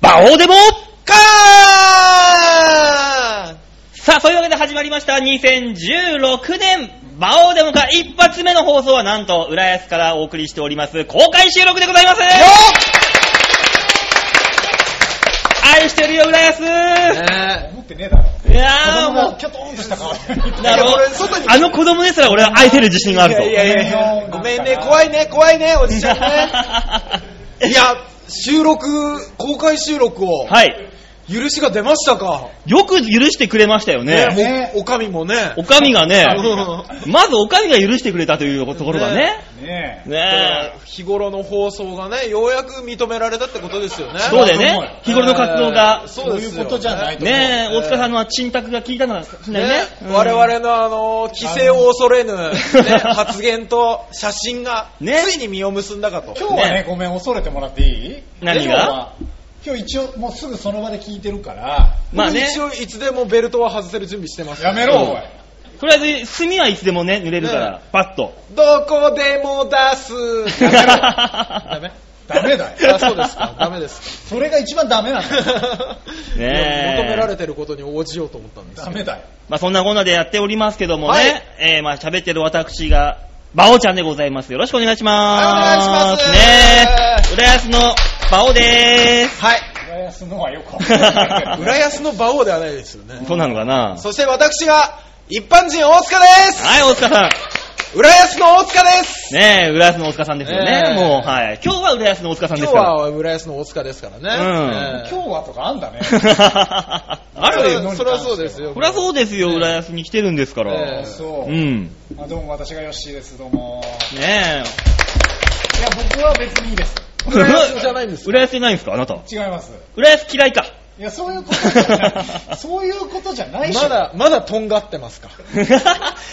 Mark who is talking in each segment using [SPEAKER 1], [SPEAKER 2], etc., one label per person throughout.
[SPEAKER 1] バオデモカーさあ、そういうわけで始まりました。2016年、バオデモカ一発目の放送はなんと、浦安からお送りしております、公開収録でございます愛してるよ、浦安
[SPEAKER 2] ね
[SPEAKER 3] 持ってねえだろ。
[SPEAKER 1] いやー
[SPEAKER 3] 子供
[SPEAKER 1] も
[SPEAKER 3] が
[SPEAKER 1] う、
[SPEAKER 3] キョトーンとした顔。
[SPEAKER 1] なるほど
[SPEAKER 2] 俺外に
[SPEAKER 1] あの子供ですら俺は愛せる自信があると。
[SPEAKER 2] いやいやいや、ごめんね、怖いね、怖いね、おじちゃんね。いや、収録、公開収録を、
[SPEAKER 1] はい。
[SPEAKER 2] 許しが出ましたか。
[SPEAKER 1] よく許してくれましたよね。
[SPEAKER 2] もうおかみもね。
[SPEAKER 1] おかみがね、
[SPEAKER 2] う
[SPEAKER 1] まずおかみが許してくれたというところがね。
[SPEAKER 3] ねえ。
[SPEAKER 1] ねえ。
[SPEAKER 2] 日頃の放送がね、ようやく認められたってことですよね。
[SPEAKER 1] そうだよ
[SPEAKER 3] そう
[SPEAKER 1] ね
[SPEAKER 3] 思。う
[SPEAKER 1] 日頃の活動が
[SPEAKER 2] えー。
[SPEAKER 3] そういうことじゃないと思う。
[SPEAKER 1] ねえ、
[SPEAKER 2] えー
[SPEAKER 1] 大塚さんのは沈託が効いたのかもしれないね
[SPEAKER 2] ね。
[SPEAKER 1] うん
[SPEAKER 2] 我々のあの、規制を恐れぬ、ね、 発言と写真が、
[SPEAKER 1] ね
[SPEAKER 2] ついに実を結んだかと。
[SPEAKER 3] 今日は
[SPEAKER 1] ね
[SPEAKER 3] ね、ごめん、恐れてもらっていい
[SPEAKER 1] 何が
[SPEAKER 3] 今日は今日一応、もうすぐその場で聞いてるから、
[SPEAKER 1] まあね、
[SPEAKER 2] 一応いつでもベルトは外せる準備してます。
[SPEAKER 3] やめろ、おい。
[SPEAKER 1] とりあえず、炭はいつでもね、濡れるから
[SPEAKER 2] ね、
[SPEAKER 1] パッ と。
[SPEAKER 2] どこでも出す。
[SPEAKER 1] ダ
[SPEAKER 2] ダメ
[SPEAKER 3] ダメだよ。
[SPEAKER 2] あ、そうです か。ダメです
[SPEAKER 3] それが一番ダメな んだよ。
[SPEAKER 2] か。
[SPEAKER 1] ねえ
[SPEAKER 2] 求められてることに応じようと思ったんです
[SPEAKER 3] ダ
[SPEAKER 2] けど。
[SPEAKER 3] メだよ。
[SPEAKER 1] まあそんなこんなでやっておりますけどもね、
[SPEAKER 2] はい
[SPEAKER 1] えー、まあ喋ってる私が、バオちゃんでございます。よろしくお願いします。
[SPEAKER 2] はいお願いします
[SPEAKER 1] ねえ、浦安のバオでーす。
[SPEAKER 2] はい。
[SPEAKER 3] 浦安のはよくわかんないけど
[SPEAKER 2] 浦安の馬王ではないですよね。
[SPEAKER 1] そうなのかな
[SPEAKER 2] そして私は、一般人大塚です
[SPEAKER 1] はい、大塚さん。
[SPEAKER 2] 浦安の大塚です
[SPEAKER 1] ねえ、浦安の大塚さんですよね。
[SPEAKER 2] ねえ
[SPEAKER 1] もう、はい。今日は浦安の大塚さんで
[SPEAKER 2] 今
[SPEAKER 1] す
[SPEAKER 2] 日
[SPEAKER 1] から。
[SPEAKER 2] は浦安の大塚ですからね。
[SPEAKER 1] うん
[SPEAKER 2] ええ
[SPEAKER 3] 今日はとかあんだね。
[SPEAKER 1] あるよ。
[SPEAKER 2] そりゃそうですよ。
[SPEAKER 1] そりゃそうですよ、
[SPEAKER 2] ね
[SPEAKER 1] 浦安に来てるんですから。
[SPEAKER 2] ええ
[SPEAKER 3] そうう。
[SPEAKER 1] ん。
[SPEAKER 3] まあどうも私がヨッシーです、どうも。
[SPEAKER 1] ねえ。
[SPEAKER 3] いや、僕は別にいいです。
[SPEAKER 2] 浦安じゃないんですか
[SPEAKER 1] 浦安いないんですかあなた。
[SPEAKER 3] 違います。
[SPEAKER 1] 浦安嫌いか。
[SPEAKER 3] いや、そういうことじゃない。そういうことじゃないし。
[SPEAKER 2] まだ、まだとんがってますか。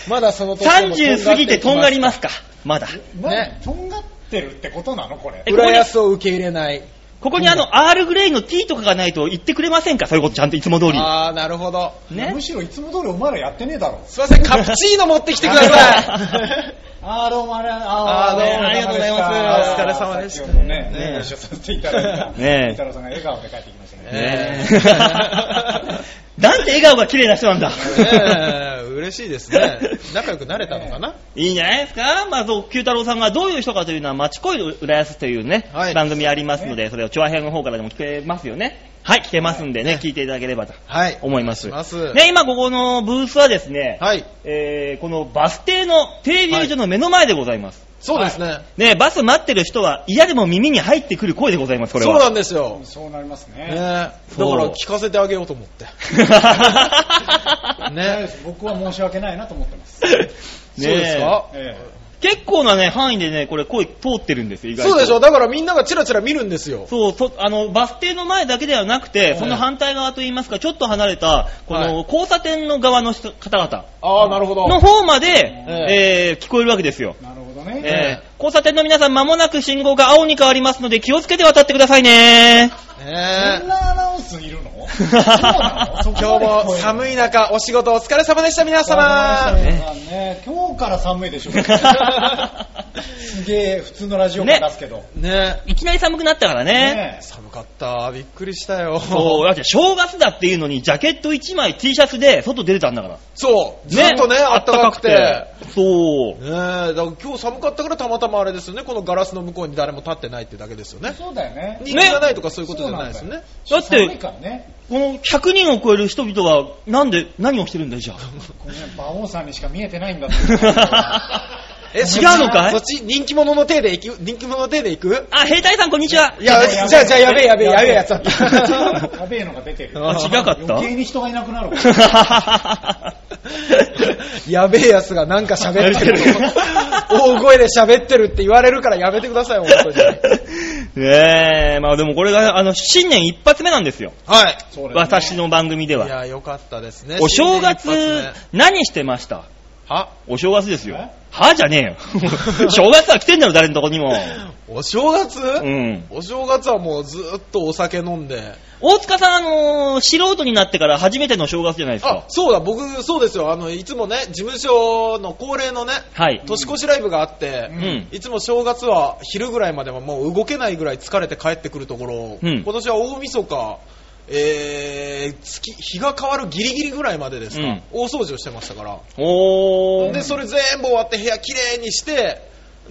[SPEAKER 2] まだその。
[SPEAKER 1] 30過ぎてとんがりますすか。まだ。
[SPEAKER 3] な
[SPEAKER 2] ね
[SPEAKER 3] とんがってるってことなのこれ
[SPEAKER 1] え。
[SPEAKER 2] 浦安を受け入れない。
[SPEAKER 1] ここにあの、アールグレイの T とかがないと言ってくれませんかそういうことちゃんといつも通り。
[SPEAKER 2] ああ、なるほど。
[SPEAKER 1] ね
[SPEAKER 3] む。しろいつも通りお前らやってねえだろ。
[SPEAKER 2] すいません、カプチーノ持ってきてください。
[SPEAKER 3] あーどうもあれ、
[SPEAKER 2] あーどうもありがとうございますお疲れ様でした
[SPEAKER 3] 先ほどね、
[SPEAKER 1] ね
[SPEAKER 3] ねご一緒させていただいた。
[SPEAKER 1] ね
[SPEAKER 3] みたろうさんが笑顔で帰ってきましたね。
[SPEAKER 1] ね
[SPEAKER 2] ね
[SPEAKER 1] えなんて笑顔が綺麗な人なんだ。
[SPEAKER 2] ねえ嬉しいですね。仲良くなれたのかな、
[SPEAKER 1] いいんじゃないですかまあ、そう、九太郎さんがどういう人かというのは、町恋浦安というね、
[SPEAKER 2] はい
[SPEAKER 1] 番組ありますので、それを調和編の方からでも聞けますよね。はい、聞けますんでね、聞いていただければと
[SPEAKER 2] はい。
[SPEAKER 1] 思います。
[SPEAKER 2] お願いします
[SPEAKER 1] ね、今ここのブースはですね、
[SPEAKER 2] はい。
[SPEAKER 1] えー、このバス停の停留所の目の前でございます。
[SPEAKER 2] そうですね。
[SPEAKER 1] ね、バス待ってる人は嫌でも耳に入ってくる声でございます、これ
[SPEAKER 2] そう
[SPEAKER 1] は。
[SPEAKER 2] なんですよ。
[SPEAKER 3] そうなります
[SPEAKER 2] ねえ
[SPEAKER 3] ね。
[SPEAKER 2] だ
[SPEAKER 1] そう
[SPEAKER 2] から聞かせてあげようと 思って。
[SPEAKER 1] そう
[SPEAKER 3] 大丈夫で
[SPEAKER 2] ね
[SPEAKER 3] す僕は申し訳ないなと思ってます。
[SPEAKER 2] そうですか
[SPEAKER 3] え
[SPEAKER 1] 結構なね、範囲でね、これ声通ってるんですよ、意外と。
[SPEAKER 2] そうでしょ。だからみんながチラチラ見るんですよ。
[SPEAKER 1] そう、とあの、バス停の前だけではなくて、
[SPEAKER 2] い
[SPEAKER 1] その反対側といいますか、ちょっと離れた、この
[SPEAKER 2] は
[SPEAKER 1] 交差点の側の人方々
[SPEAKER 2] ああ、なるほど。
[SPEAKER 1] の方まで、え
[SPEAKER 2] え
[SPEAKER 1] ー聞こえるわけですよ。
[SPEAKER 3] えなるほどね。
[SPEAKER 1] えー交差点の皆さん、間もなく信号が青に変わりますので、気をつけて渡ってくださいね。
[SPEAKER 3] そん
[SPEAKER 2] ねえ
[SPEAKER 3] なアナウンスいるのそうなのそ
[SPEAKER 2] 今日
[SPEAKER 3] こまで聞こえる
[SPEAKER 2] も寒い中、お仕事お疲れ様でした、皆様。
[SPEAKER 3] ねね今日から寒いでしょ。すげえ普通のラジオ感出すけど。
[SPEAKER 2] ね
[SPEAKER 1] いきなり寒くなったからね。
[SPEAKER 3] ね
[SPEAKER 2] え寒かった。びっくりしたよ。
[SPEAKER 1] そう、だって正月だっていうのに、ジャケット1枚、T シャツで外出てたんだから。
[SPEAKER 2] そう。ずっとね、あったかくて。。
[SPEAKER 1] そう
[SPEAKER 2] ね。え、だから今日寒かったからたまたまあれですよね、このガラスの向こうに誰も立ってないってだけですよね。
[SPEAKER 3] そうだよね。
[SPEAKER 2] 人気がないとかそういうことじゃないですよね。
[SPEAKER 1] だって
[SPEAKER 3] 寒いからね。
[SPEAKER 1] この100人を超える人々は、なんで、何をしてるんだいじゃあ。
[SPEAKER 3] ごめん、馬王さんにしか見えてないんだって。
[SPEAKER 1] え、違うのかい
[SPEAKER 2] そっち、人気者の手で行く人気者の手で行く
[SPEAKER 1] あ、兵隊さんこんにちは。
[SPEAKER 2] いや、
[SPEAKER 3] やべえ
[SPEAKER 2] じゃあ、じゃあ、やべえ、やべえ、やべえやつだっ
[SPEAKER 3] や
[SPEAKER 2] た。
[SPEAKER 3] べえのが出てる。
[SPEAKER 1] あ、違かった
[SPEAKER 3] 余計に人がいなくなるわ。
[SPEAKER 2] やべえやつがなんか喋ってる
[SPEAKER 1] 喋ってる。
[SPEAKER 2] 大声で喋ってるって言われるからやめてください、本当に。
[SPEAKER 1] ねえ、まあでもこれが、あの、新年一発目なんですよ。
[SPEAKER 2] はい。
[SPEAKER 3] そうだよね
[SPEAKER 1] 私。の番組で
[SPEAKER 2] い
[SPEAKER 1] は。
[SPEAKER 2] や、よかったですね。
[SPEAKER 1] お正月
[SPEAKER 2] 新年一発、
[SPEAKER 1] 何してました
[SPEAKER 2] 目は
[SPEAKER 1] お正月ですよ
[SPEAKER 3] え。
[SPEAKER 1] はじゃねえよ。 正月は来てんだろ、誰のとこにも。
[SPEAKER 2] お正月、
[SPEAKER 1] うん。
[SPEAKER 2] お正月はもうずーっとお酒飲んで。
[SPEAKER 1] 大塚さん、あのー素人になってから初めての正月じゃないです
[SPEAKER 2] あ
[SPEAKER 1] か、。
[SPEAKER 2] そうだ、僕、そうですよ。あの、いつもね、事務所の恒例のね、
[SPEAKER 1] はい。
[SPEAKER 2] 年越しライブがあって、
[SPEAKER 1] うん。
[SPEAKER 2] いつも正月は昼ぐらいまではもう動けないぐらい疲れて帰ってくるところ、
[SPEAKER 1] うん
[SPEAKER 2] 今年は大晦日、えー、月、日が変わるギリギリぐらいまでですか、
[SPEAKER 1] うん
[SPEAKER 2] 大掃除をしてましたから。
[SPEAKER 1] おー。
[SPEAKER 2] で、それ全部終わって部屋きれいにして、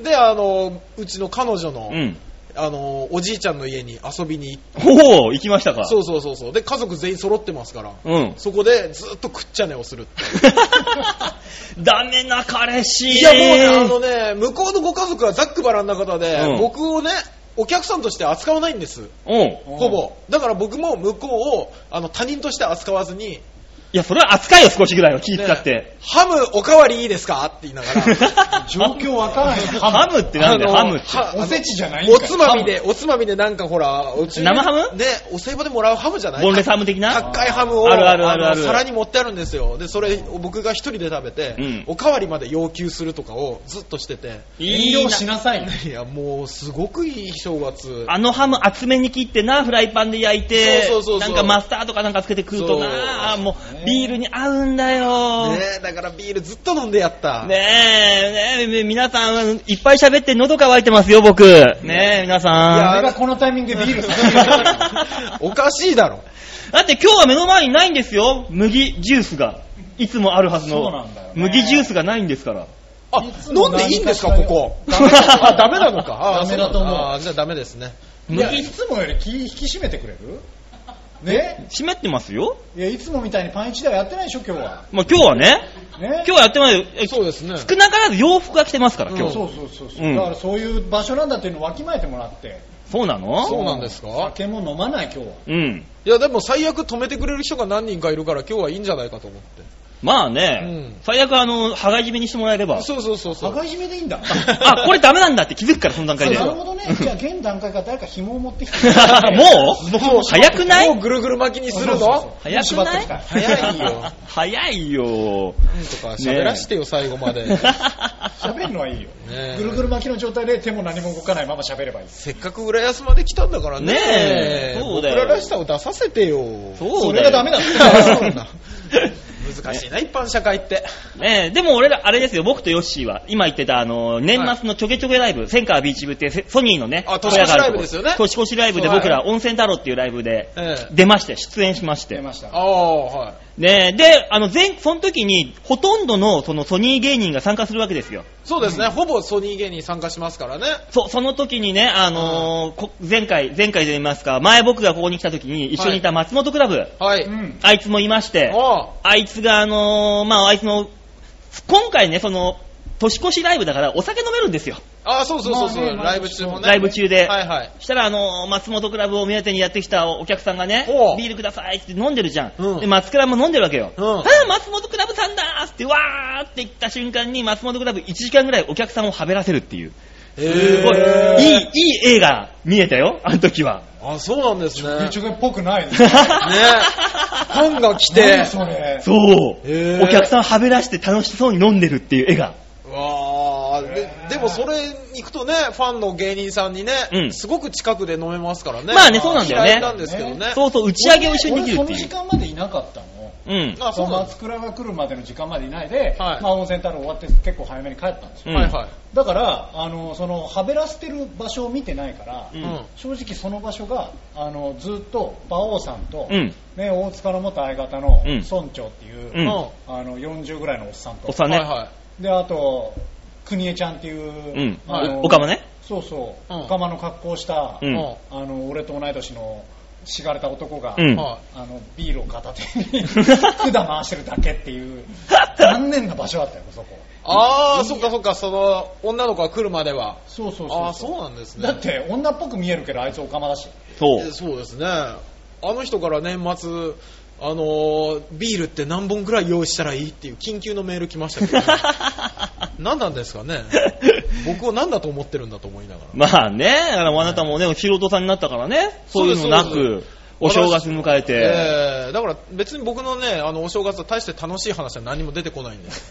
[SPEAKER 2] で、あの、うちの彼女の、
[SPEAKER 1] うん。
[SPEAKER 2] あの、おじいちゃんの家に遊びに行って、
[SPEAKER 1] おー、行きましたか。
[SPEAKER 2] そうそうそうそう。で、家族全員揃ってますから、
[SPEAKER 1] うん。
[SPEAKER 2] そこでずっとくっちゃねをするって。
[SPEAKER 1] ダメな彼氏。
[SPEAKER 2] いやもうね、あのね、向こうのご家族はざっくばらんな方で、
[SPEAKER 1] うん
[SPEAKER 2] 僕をね、お客さんとして扱わないんです。
[SPEAKER 1] うん。
[SPEAKER 3] うん
[SPEAKER 2] ほぼ。だから僕も向こうを、あの、他人として扱わずに、
[SPEAKER 1] いや、それは扱いよ、少しぐらいは気使って。
[SPEAKER 2] ハムおかわりいいですかって言いながら、
[SPEAKER 3] 状況わからない。
[SPEAKER 1] ハムってなんだよ、ハ
[SPEAKER 2] あの
[SPEAKER 1] ムって。
[SPEAKER 2] は
[SPEAKER 3] おせちじゃないん
[SPEAKER 2] お
[SPEAKER 3] か
[SPEAKER 2] つまみで、おつまみでなんかほら、お中
[SPEAKER 1] 生ハム
[SPEAKER 2] ね、お歳暮でもらうハムじゃない
[SPEAKER 1] ボンレスハム的な
[SPEAKER 2] 高いハムを
[SPEAKER 1] あるあるあるある
[SPEAKER 2] の皿に盛ってあるんですよ。で、それを僕が一人で食べて、
[SPEAKER 1] うん
[SPEAKER 2] おかわりまで要求するとかをずっとしてて、
[SPEAKER 1] いい
[SPEAKER 3] 遠慮しなさい。
[SPEAKER 2] いや、もうすごくいい正月。
[SPEAKER 1] あのハム厚めに切ってな、フライパンで焼いて、
[SPEAKER 2] そうそうそうそう
[SPEAKER 1] なんかマスターとかなんかつけて食うと
[SPEAKER 2] そう
[SPEAKER 1] な、あーもうビールに合うんだよ。
[SPEAKER 2] ねえだからビールずっと飲んでやった。
[SPEAKER 1] ねえ、ねえみ、皆さん、いっぱい喋って喉乾いてますよ、僕。ねえ、皆
[SPEAKER 2] や
[SPEAKER 1] さん。
[SPEAKER 3] 俺がこのタイミングでビール勧める
[SPEAKER 2] おかしいだろ。
[SPEAKER 1] だって今日は目の前にないんですよ、麦ジュースが。いつもあるはず
[SPEAKER 3] そう
[SPEAKER 1] の
[SPEAKER 3] なんだよね
[SPEAKER 1] 麦ジュースがないんですから。
[SPEAKER 2] あ、
[SPEAKER 3] いつも
[SPEAKER 2] 飲んでいいんですか、
[SPEAKER 3] 何
[SPEAKER 2] こ
[SPEAKER 3] かし
[SPEAKER 1] ダメ
[SPEAKER 2] こ。
[SPEAKER 3] ら
[SPEAKER 1] だ
[SPEAKER 2] あダメなのか。あ
[SPEAKER 3] ダメだと
[SPEAKER 2] そ
[SPEAKER 3] 思う
[SPEAKER 2] うなんあじゃあダメですね。
[SPEAKER 3] いや、
[SPEAKER 1] 麦
[SPEAKER 3] いつもより気引き締めてくれるね
[SPEAKER 1] 湿ってますよ。
[SPEAKER 3] いや、いつもみたいにパン一台やってないでしょ、今日は。
[SPEAKER 1] まあ今日はね、
[SPEAKER 3] ね
[SPEAKER 1] 今日はやってないよ。え
[SPEAKER 2] そうですね。
[SPEAKER 1] 少なからず洋服が着てますから、今日。
[SPEAKER 2] うん
[SPEAKER 3] そうそうそうそう、
[SPEAKER 1] うん
[SPEAKER 3] だからそういう場所なんだっていうのをわきまえてもらって。
[SPEAKER 1] そうなの
[SPEAKER 2] そうなんですか
[SPEAKER 3] 酒も飲まない、今日は。
[SPEAKER 1] うん。
[SPEAKER 2] いや、でも最悪止めてくれる人が何人かいるから今日はいいんじゃないかと思って。
[SPEAKER 1] まあね、
[SPEAKER 2] うん
[SPEAKER 1] 最悪あの、羽がいじめにしてもらえれば。
[SPEAKER 2] そうそうそうそう。
[SPEAKER 3] 赤いじめでいいんだ。
[SPEAKER 1] あ、これダメなんだって気づくから、その段階
[SPEAKER 3] そう
[SPEAKER 1] で。
[SPEAKER 3] なるほどね。じゃあ、現段階から誰か紐を持ってき て。
[SPEAKER 1] もうもう早くない
[SPEAKER 2] もうぐるぐる巻きにする
[SPEAKER 3] そうそう
[SPEAKER 2] の
[SPEAKER 1] 早くない
[SPEAKER 2] 早いよ。
[SPEAKER 1] 早いよ。
[SPEAKER 2] うんとか喋らしてよ、最後まで。
[SPEAKER 3] そう喋るのはいいよ。
[SPEAKER 2] ねえ
[SPEAKER 3] ぐるぐる巻きの状態で手も何も動かないまま喋ればいい。
[SPEAKER 2] せっかく浦安まで来たんだからね。
[SPEAKER 1] ねえそうだよ
[SPEAKER 2] 僕ららしさを出させてよ。
[SPEAKER 1] そう
[SPEAKER 3] れがダ メだっ
[SPEAKER 2] そう
[SPEAKER 3] て。
[SPEAKER 2] だ難しいな、一般社会って。
[SPEAKER 1] ねえ、でも俺ら、あれですよ、僕とヨッシーは、今言ってた、あの、年末のちょげちょげライブ、センカービーチ部って、せソニーのね、
[SPEAKER 2] あ年越しライブ
[SPEAKER 1] 小屋があるとこ
[SPEAKER 2] ですよね
[SPEAKER 1] 年越しライブで
[SPEAKER 2] そう
[SPEAKER 1] 僕ら、温泉太郎っていうライブで、
[SPEAKER 2] ええ
[SPEAKER 1] 出まして、出演しまし
[SPEAKER 3] 出
[SPEAKER 1] て。
[SPEAKER 3] ました。
[SPEAKER 2] ああ、はい。
[SPEAKER 1] ねえ、で、あの、前、その時に、ほとんどの、そのソニー芸人が参加するわけですよ。
[SPEAKER 2] そうですね、ほぼソニー芸人参加しますからね。
[SPEAKER 1] そ、その時にね、あのーこ前回、前回で言いますか、前僕がここに来た時に、一緒にいた松本クラブ、
[SPEAKER 2] はい。
[SPEAKER 3] うん。
[SPEAKER 1] あいつもいまして、
[SPEAKER 2] あ
[SPEAKER 1] あいつが、あのーまあ、あいつの、今回ね、その、年越しライブだからお酒飲めるんですよ。
[SPEAKER 2] ああ、そうそうそうそう、
[SPEAKER 3] まあね
[SPEAKER 2] ライブ中もね。
[SPEAKER 1] ライブ中で。
[SPEAKER 2] はいはい。
[SPEAKER 1] したら、あのー松本クラブを目当てにやってきたお客さんがね
[SPEAKER 2] おう、
[SPEAKER 1] ビールくださいって飲んでるじゃん。
[SPEAKER 2] うん
[SPEAKER 1] で、松クラも飲んでるわけよ。
[SPEAKER 2] うん
[SPEAKER 1] ああ、松本クラブさんだーって、わーって言った瞬間に、松本クラブ1時間ぐらいお客さんをはべらせるっていう。すごい、
[SPEAKER 2] へー
[SPEAKER 1] いい、いい映画見えたよ、あの時は。
[SPEAKER 2] あ、そうなんですね。ね
[SPEAKER 3] ちょっっぽくないですね。
[SPEAKER 2] ファンが来て
[SPEAKER 3] 何、それ。
[SPEAKER 1] そう、
[SPEAKER 2] へー
[SPEAKER 1] お客さんはべらして楽しそうに飲んでるっていう絵が。
[SPEAKER 2] わあ、ででもそれ行くとね、ファンの芸人さんにね、
[SPEAKER 1] うん
[SPEAKER 2] すごく近くで飲めますからね。
[SPEAKER 1] まあねそうなんだよね
[SPEAKER 2] 嫌いなんですけどね。
[SPEAKER 1] そうそう、打ち上げを一緒にできるって
[SPEAKER 3] 俺
[SPEAKER 1] い
[SPEAKER 3] その時
[SPEAKER 1] う。
[SPEAKER 3] 間までいなかったの。
[SPEAKER 1] うん。
[SPEAKER 2] あ、そうなんで
[SPEAKER 3] 松
[SPEAKER 2] す。
[SPEAKER 3] 倉が来るまでの時間までいないで、
[SPEAKER 2] はい
[SPEAKER 3] まあ、温泉太郎終わって結構早めに帰ったんです
[SPEAKER 1] う
[SPEAKER 3] よ、
[SPEAKER 1] ん
[SPEAKER 2] はいはい。
[SPEAKER 3] だからあのそのはべらせてる場所を見てないから、
[SPEAKER 1] うん
[SPEAKER 3] 正直その場所があのずっと馬王さんと、
[SPEAKER 1] うん
[SPEAKER 3] ね、大塚の元相方の
[SPEAKER 1] うん
[SPEAKER 3] 村長っていう、
[SPEAKER 1] うん
[SPEAKER 3] あの40ぐらいのおっさんと
[SPEAKER 1] おっさんね。
[SPEAKER 2] はいは
[SPEAKER 3] であと邦江ちゃんっていう、
[SPEAKER 1] うん
[SPEAKER 3] あ
[SPEAKER 1] おオカマね
[SPEAKER 3] そうそう、
[SPEAKER 2] うん
[SPEAKER 3] オカマの格好をした、
[SPEAKER 1] うん
[SPEAKER 2] うん
[SPEAKER 3] あの俺と同い年のしがれた男が、
[SPEAKER 1] うん
[SPEAKER 2] い。は
[SPEAKER 3] あのビールを片手に 管回してるだけって いう残念な場所だったよそこ
[SPEAKER 2] い。ああ、そっかそっか、その、女の子が来るまでは。
[SPEAKER 3] そうそうそう
[SPEAKER 2] ああ、そうなんですね。
[SPEAKER 3] だって女っぽく見えるけどあいつオカマだし
[SPEAKER 1] そ
[SPEAKER 2] え
[SPEAKER 1] う。
[SPEAKER 2] そうですね。あの人から年末、あのービールって何本ぐらい用意したらいいっていう緊急のメール来ましたけど、ね、何なんです かね僕を何だと思ってるんだと思いなが
[SPEAKER 1] ま
[SPEAKER 2] ら。
[SPEAKER 1] あね、あのあなたもね、素人さんになったからね、そういうのな
[SPEAKER 2] そうで
[SPEAKER 1] く、お正月迎えて、
[SPEAKER 2] えーだから別に僕のね、あの、お正月は大して楽しい話は何も出てこないんです。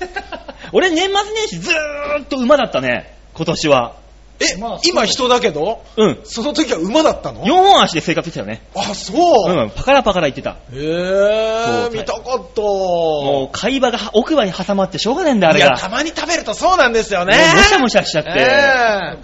[SPEAKER 1] 俺年末年始ずーっと馬だったね、今年は。
[SPEAKER 2] え、
[SPEAKER 3] まあ
[SPEAKER 2] 今人だけど、
[SPEAKER 1] うん。
[SPEAKER 2] その時は馬だったの
[SPEAKER 1] 4本足で生活してたよね。
[SPEAKER 2] あ、そう、
[SPEAKER 1] うん、パカラパカラ言ってた。
[SPEAKER 2] へえ
[SPEAKER 1] そう
[SPEAKER 2] 見たかった。
[SPEAKER 1] もう、貝歯が奥歯に挟まってしょうがないんだよ、あれ
[SPEAKER 2] い
[SPEAKER 1] が。
[SPEAKER 2] や、たまに食べるとそうなんですよね。
[SPEAKER 1] もうもしゃもしゃしちゃって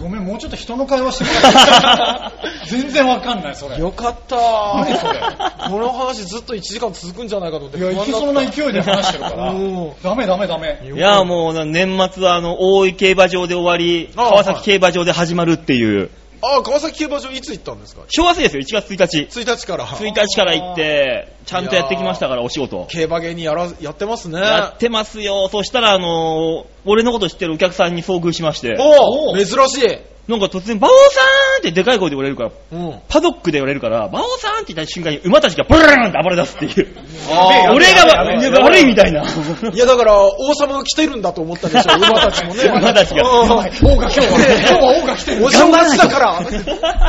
[SPEAKER 2] ね
[SPEAKER 3] ごめん、もうちょっと人の会話してもらって。全然わかんない、それ。
[SPEAKER 2] え
[SPEAKER 3] い
[SPEAKER 2] よかった。
[SPEAKER 3] 何それ
[SPEAKER 2] この話ずっと1時間続くんじゃないかと思って。
[SPEAKER 3] や、いきそうな
[SPEAKER 2] 勢
[SPEAKER 3] 勢いで話してるから
[SPEAKER 2] うん。
[SPEAKER 3] ダメダメダメ。
[SPEAKER 1] いや、もう、年末は、あの、大井競馬場で終わり、
[SPEAKER 2] ああ
[SPEAKER 1] 川崎競馬場で始まるっていう。
[SPEAKER 2] あ、川崎競馬場いつ行ったんですか
[SPEAKER 1] 正月ですよ、1月1日。
[SPEAKER 2] ?1 日から。
[SPEAKER 1] 1日から行って、ちゃんとやってきましたから、お仕事。
[SPEAKER 2] 競馬芸人やら、やってますね。
[SPEAKER 1] やってますよ。そしたら、あのー俺のこと知ってるお客さんに遭遇しまして、
[SPEAKER 2] お
[SPEAKER 3] お
[SPEAKER 2] お珍しい。
[SPEAKER 1] なんか突然、馬王さんってでかい声で言われるから、
[SPEAKER 2] うん。
[SPEAKER 1] パドックで言われるから、馬王さんって言った瞬間に馬たちがブルーンって暴れ出すっていう。
[SPEAKER 2] あー
[SPEAKER 1] 俺が
[SPEAKER 2] やべえやべえやべえ
[SPEAKER 1] 悪いみたい な。
[SPEAKER 2] いや、だから、王様が来てるんだと思った でしょ、馬たちもね。
[SPEAKER 1] 馬たちが
[SPEAKER 2] うん
[SPEAKER 1] や
[SPEAKER 2] 王
[SPEAKER 1] ば
[SPEAKER 2] が
[SPEAKER 1] い
[SPEAKER 2] 今
[SPEAKER 3] 王が今日は、今日 は王が来てる
[SPEAKER 2] お。正月だから。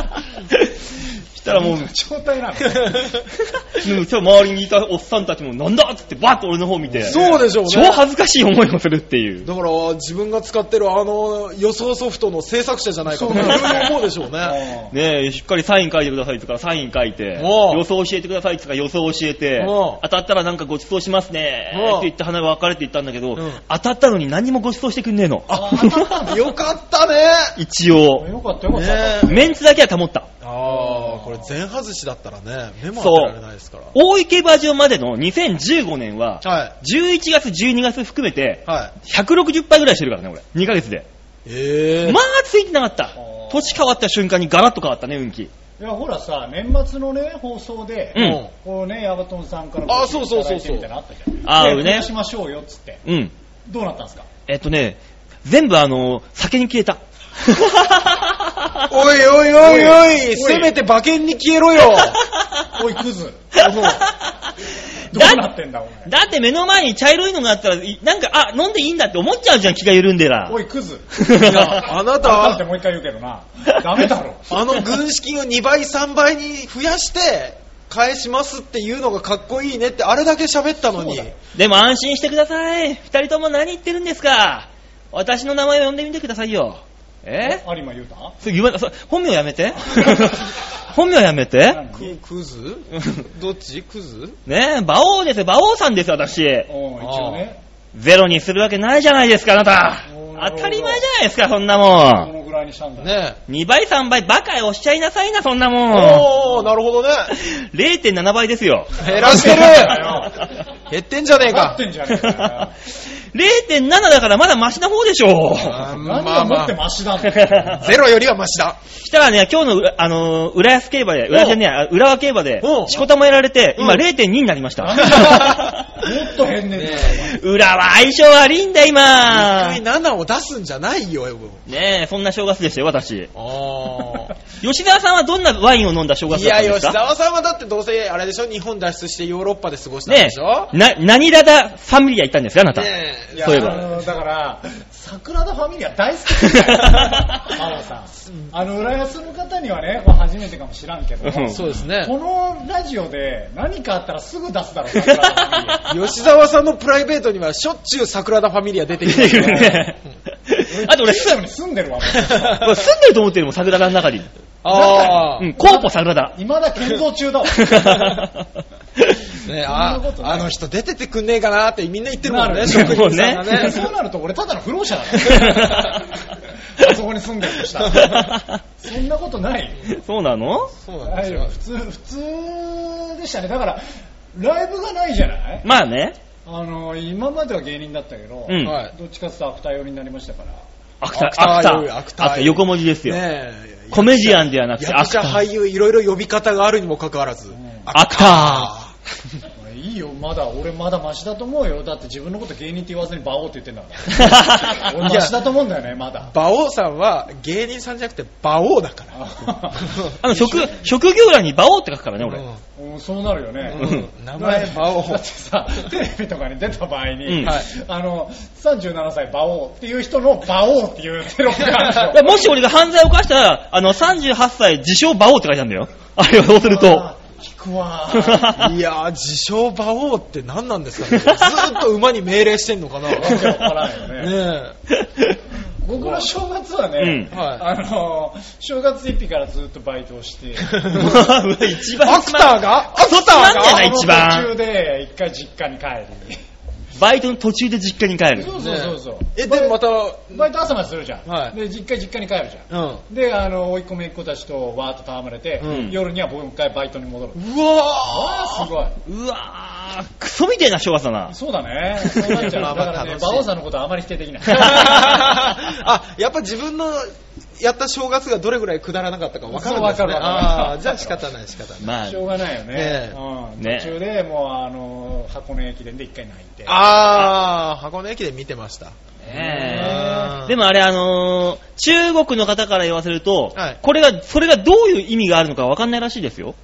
[SPEAKER 1] したらもう、
[SPEAKER 3] 状態な
[SPEAKER 1] う
[SPEAKER 3] の。
[SPEAKER 1] んそう周りにいたおっさんたちも、なんだっつってバッと俺の方見て、
[SPEAKER 2] そうでしょうね。
[SPEAKER 1] 超恥ずかしい思いをするっていう。
[SPEAKER 2] だから、自分が使ってるあの予想ソフトの制作者じゃないかと
[SPEAKER 3] そう
[SPEAKER 2] いろいろ思うでしょうね。
[SPEAKER 1] ねえ、しっかりサイン書いてくださいって言ったからサイン書いて、
[SPEAKER 2] おう
[SPEAKER 1] 予想教えてくださいって言ったから予想教えて
[SPEAKER 2] おう、
[SPEAKER 1] 当たったらなんかご馳走しますね
[SPEAKER 2] おう
[SPEAKER 1] って言って鼻が分かれて言ったんだけど
[SPEAKER 2] うん、
[SPEAKER 1] 当たったのに何もご馳走してくんねえの。
[SPEAKER 2] よかったね。
[SPEAKER 1] 一応。
[SPEAKER 3] よかったよかっ
[SPEAKER 2] ね
[SPEAKER 3] た。
[SPEAKER 2] え
[SPEAKER 1] メンツだけは保った。
[SPEAKER 2] ああ、これ全外しだったらね、目も当てられないですから。
[SPEAKER 1] 大池バージョンまでの2015年は、
[SPEAKER 2] はい。
[SPEAKER 1] 11月、12月含めて、
[SPEAKER 2] はい。
[SPEAKER 1] 160杯ぐらいしてるからね、俺。2ヶ月で。
[SPEAKER 2] ええ
[SPEAKER 1] まあ、ついてなかった
[SPEAKER 3] お。ー
[SPEAKER 1] 年変わった瞬間にガラッと変わったね、運気。
[SPEAKER 3] いや、ほらさ、年末のね、放送で、
[SPEAKER 1] うん
[SPEAKER 2] うん
[SPEAKER 3] こうね、ヤバトンさんから
[SPEAKER 2] あそうそうそうそう
[SPEAKER 3] ご指摘いただいてみたいなのあった
[SPEAKER 1] あ
[SPEAKER 3] じゃん。
[SPEAKER 1] うね
[SPEAKER 3] 増やしましょうよっつって。
[SPEAKER 1] うん。
[SPEAKER 3] どうなったんですか
[SPEAKER 1] えっとね、全部あの、酒に消え た。
[SPEAKER 2] おいおいおいおい、せめて馬券に消えろよ。
[SPEAKER 3] おい、クズ。 ど
[SPEAKER 1] だ
[SPEAKER 3] うなってんだ、お前。
[SPEAKER 1] だって目の前に茶色いのがあったら、いなんか、あ、飲んでいいんだって思っちゃうじゃん、気が緩んでら
[SPEAKER 3] お。い、クズ。
[SPEAKER 2] いや、あな
[SPEAKER 3] だって
[SPEAKER 2] た、
[SPEAKER 3] もう一回言うけどな。ダメだろ。
[SPEAKER 2] あの軍資金を2倍、3倍に増やして、返しますっていうのがかっこいいねって、あれだけ喋ったのに
[SPEAKER 3] そうだ。
[SPEAKER 1] でも安心してください。二人とも何言ってるんですか。私の名前を呼んでみてくださいよ。え
[SPEAKER 3] 有馬言うた
[SPEAKER 1] それ言わなそれ本名やめ て。本名やめて。
[SPEAKER 3] 何
[SPEAKER 2] ククズどっちクズ
[SPEAKER 1] ねえ、馬王ですよ、馬王さんですよ、私。
[SPEAKER 3] おう一応ね、
[SPEAKER 1] ゼロにするわけないじゃないですか、あな
[SPEAKER 3] お
[SPEAKER 1] た。当
[SPEAKER 3] ー
[SPEAKER 1] たり前じゃないですか、そんな
[SPEAKER 3] こ
[SPEAKER 1] も
[SPEAKER 3] のぐらいにしたんだ。
[SPEAKER 2] ね
[SPEAKER 1] ん。2倍、3倍、バカおっしゃいなさいな、そんな
[SPEAKER 2] え。
[SPEAKER 1] もん。
[SPEAKER 2] おー、なるほどね。
[SPEAKER 1] 0.7倍ですよ。
[SPEAKER 2] 減らして
[SPEAKER 3] だ
[SPEAKER 2] る減ってんじゃねえ
[SPEAKER 3] な
[SPEAKER 2] か
[SPEAKER 3] って。んじゃねえかよ
[SPEAKER 1] 0.7だからまだマシな方でしょ。
[SPEAKER 2] あー
[SPEAKER 3] 何が持ってマシなんだよ。
[SPEAKER 2] ゼロよりはマシだ。
[SPEAKER 1] したらね、今日の裏、あのー浦安競馬で、浦安じゃねえや、浦和競馬で
[SPEAKER 2] お、う
[SPEAKER 1] しこたまやられて、今
[SPEAKER 2] うん
[SPEAKER 1] 0.2になりました。
[SPEAKER 3] もっと変ねえんだよ。
[SPEAKER 1] 浦和相性悪いんだ、今
[SPEAKER 2] 1回。7を出すんじゃないよ、もう
[SPEAKER 1] ねえ、そんな正月でしたよ、私。
[SPEAKER 2] あー
[SPEAKER 1] 吉沢さんはどんなワインを飲んだ正
[SPEAKER 2] い
[SPEAKER 1] 月だった
[SPEAKER 2] や、
[SPEAKER 1] んで
[SPEAKER 2] 吉
[SPEAKER 1] すか
[SPEAKER 2] 沢さんはだってどうせ、あれでしょ、日本脱出してヨーロッパで過ごしたんでしょ
[SPEAKER 1] ねえ、な、何ラダファミリア行ったんですか、あなた。
[SPEAKER 2] ねえ
[SPEAKER 3] いや
[SPEAKER 1] そういえば
[SPEAKER 3] あのだから、桜田ファミリア大好きですよママさん。あの、浦安の方にはね、これ初めてかもしらんけども、
[SPEAKER 1] うん
[SPEAKER 2] そうです ね。
[SPEAKER 3] このラジオで何かあったらすぐ出すだろ、桜田ファミリア。
[SPEAKER 2] 吉沢さんのプライベートにはしょっちゅう桜田ファミリア出てきて
[SPEAKER 1] 出てくる
[SPEAKER 2] る
[SPEAKER 1] ね。 あと俺、す
[SPEAKER 3] 近くに住んでる わ、も
[SPEAKER 1] 俺住んでると思ってるもん、桜田の中に。
[SPEAKER 2] ああ、
[SPEAKER 1] うん、コーポ桜田
[SPEAKER 3] う。。未だ建造中だ わ。
[SPEAKER 2] ねあ
[SPEAKER 3] そんなことない
[SPEAKER 2] あの人出ててくんねえかなってみんな言ってるもん
[SPEAKER 3] な
[SPEAKER 2] ね、
[SPEAKER 3] る
[SPEAKER 2] 職人さんが
[SPEAKER 1] もうね
[SPEAKER 2] ね。
[SPEAKER 3] そうなると俺ただの不老者だから。 あそこに住んでるとしたら。そんなことない。
[SPEAKER 1] そうなの
[SPEAKER 2] そうなん
[SPEAKER 3] は
[SPEAKER 2] です
[SPEAKER 3] い
[SPEAKER 2] よ
[SPEAKER 3] 普。通、普通でしたね。だから、ライブがないじゃない
[SPEAKER 1] まあね。
[SPEAKER 3] あの今までは芸人だったけど、
[SPEAKER 1] うん
[SPEAKER 2] はい
[SPEAKER 3] どっちかっていうとアクター寄りになりましたから、
[SPEAKER 1] アクター、アクタ
[SPEAKER 2] アクター
[SPEAKER 1] ー。
[SPEAKER 2] よ
[SPEAKER 1] ア
[SPEAKER 2] ア
[SPEAKER 1] ク
[SPEAKER 2] ク
[SPEAKER 1] タ
[SPEAKER 2] タ
[SPEAKER 1] ー
[SPEAKER 2] ー。
[SPEAKER 1] あと横文字ですよ。
[SPEAKER 2] ねえ
[SPEAKER 1] コメディアンではなくて、ア
[SPEAKER 2] 役
[SPEAKER 1] クタ
[SPEAKER 2] 者、
[SPEAKER 1] ー。
[SPEAKER 2] 俳優、いろいろ呼び方があるにもかかわらず。
[SPEAKER 1] アクタ
[SPEAKER 3] 俺いいよ、まだ、俺まだマシだと思うよ。だって自分のこと芸人って言わずに馬王って言ってんだ から。俺マシだと思うんだよね、まだ。
[SPEAKER 2] 馬王さんは芸人さんじゃなくて馬王だから。
[SPEAKER 1] あの、職、職業欄に馬王って書くからね、俺。
[SPEAKER 2] うん
[SPEAKER 3] うんそうなるよね。
[SPEAKER 2] うん名前馬王
[SPEAKER 3] だってさ、テレビとかに出た場合
[SPEAKER 1] う
[SPEAKER 3] に、
[SPEAKER 1] ん
[SPEAKER 2] はい
[SPEAKER 3] あの、37歳馬王っていう人の馬王っていうテロップがある
[SPEAKER 1] だ
[SPEAKER 3] で
[SPEAKER 1] からもし俺が犯罪を犯したら、あの、38歳自称馬王って書いてあるんだよ。あれをそうすると。
[SPEAKER 3] しょ。聞くわ。
[SPEAKER 2] いやー、自称馬王って何なんですかね。ずーっと馬に命令してんのかな。
[SPEAKER 3] わけわからんよね
[SPEAKER 2] ね
[SPEAKER 3] 僕の正月はね、
[SPEAKER 2] うん
[SPEAKER 3] あの正月一日からずっとバイトを して、
[SPEAKER 1] 一番
[SPEAKER 2] アクターがアクター
[SPEAKER 1] そっちなんじゃな
[SPEAKER 2] が
[SPEAKER 1] い一番
[SPEAKER 3] その途中で一回実家に帰
[SPEAKER 1] バイトの途中で実家に帰
[SPEAKER 3] り。
[SPEAKER 1] る。
[SPEAKER 3] そうそうそうそう。
[SPEAKER 2] え、で、また、う
[SPEAKER 3] バイト朝までするじゃん。
[SPEAKER 2] はい
[SPEAKER 3] で実家実家に帰るじゃん。
[SPEAKER 2] ん。
[SPEAKER 3] で、あの、追い込めっ子たちとわーっと戯れて、
[SPEAKER 2] うん
[SPEAKER 3] 夜には僕もう一回バイトに戻る。
[SPEAKER 2] うわ
[SPEAKER 3] ああ、すごい。
[SPEAKER 1] うわー、クソみたいな正月だな。
[SPEAKER 3] そうだね。そうなっちゃう。
[SPEAKER 2] まあ
[SPEAKER 3] だ
[SPEAKER 2] ま
[SPEAKER 3] か
[SPEAKER 2] あ
[SPEAKER 3] らね、
[SPEAKER 2] 楽しい
[SPEAKER 3] 馬王さんのことはあまり否定できない。
[SPEAKER 2] ー あ、やっぱ自分のやった正月がどれぐらいくだらなかったか分かるんです
[SPEAKER 3] そ
[SPEAKER 2] ね。
[SPEAKER 3] う分かる分かる
[SPEAKER 2] ああー、じゃあ仕方ない仕方 ない。
[SPEAKER 1] まあ
[SPEAKER 3] し、ょうがないよね
[SPEAKER 2] ね。
[SPEAKER 3] うん
[SPEAKER 1] ね
[SPEAKER 3] 途中でもう、あの、箱根駅伝で一回泣いて。
[SPEAKER 2] ああ、箱根駅で見てました。
[SPEAKER 1] ね
[SPEAKER 2] う
[SPEAKER 1] え
[SPEAKER 2] ん
[SPEAKER 1] でもあれ、あのー中国の方から言わせると、
[SPEAKER 2] はい
[SPEAKER 1] これが、それがどういう意味があるのかわかんないらしいですよ。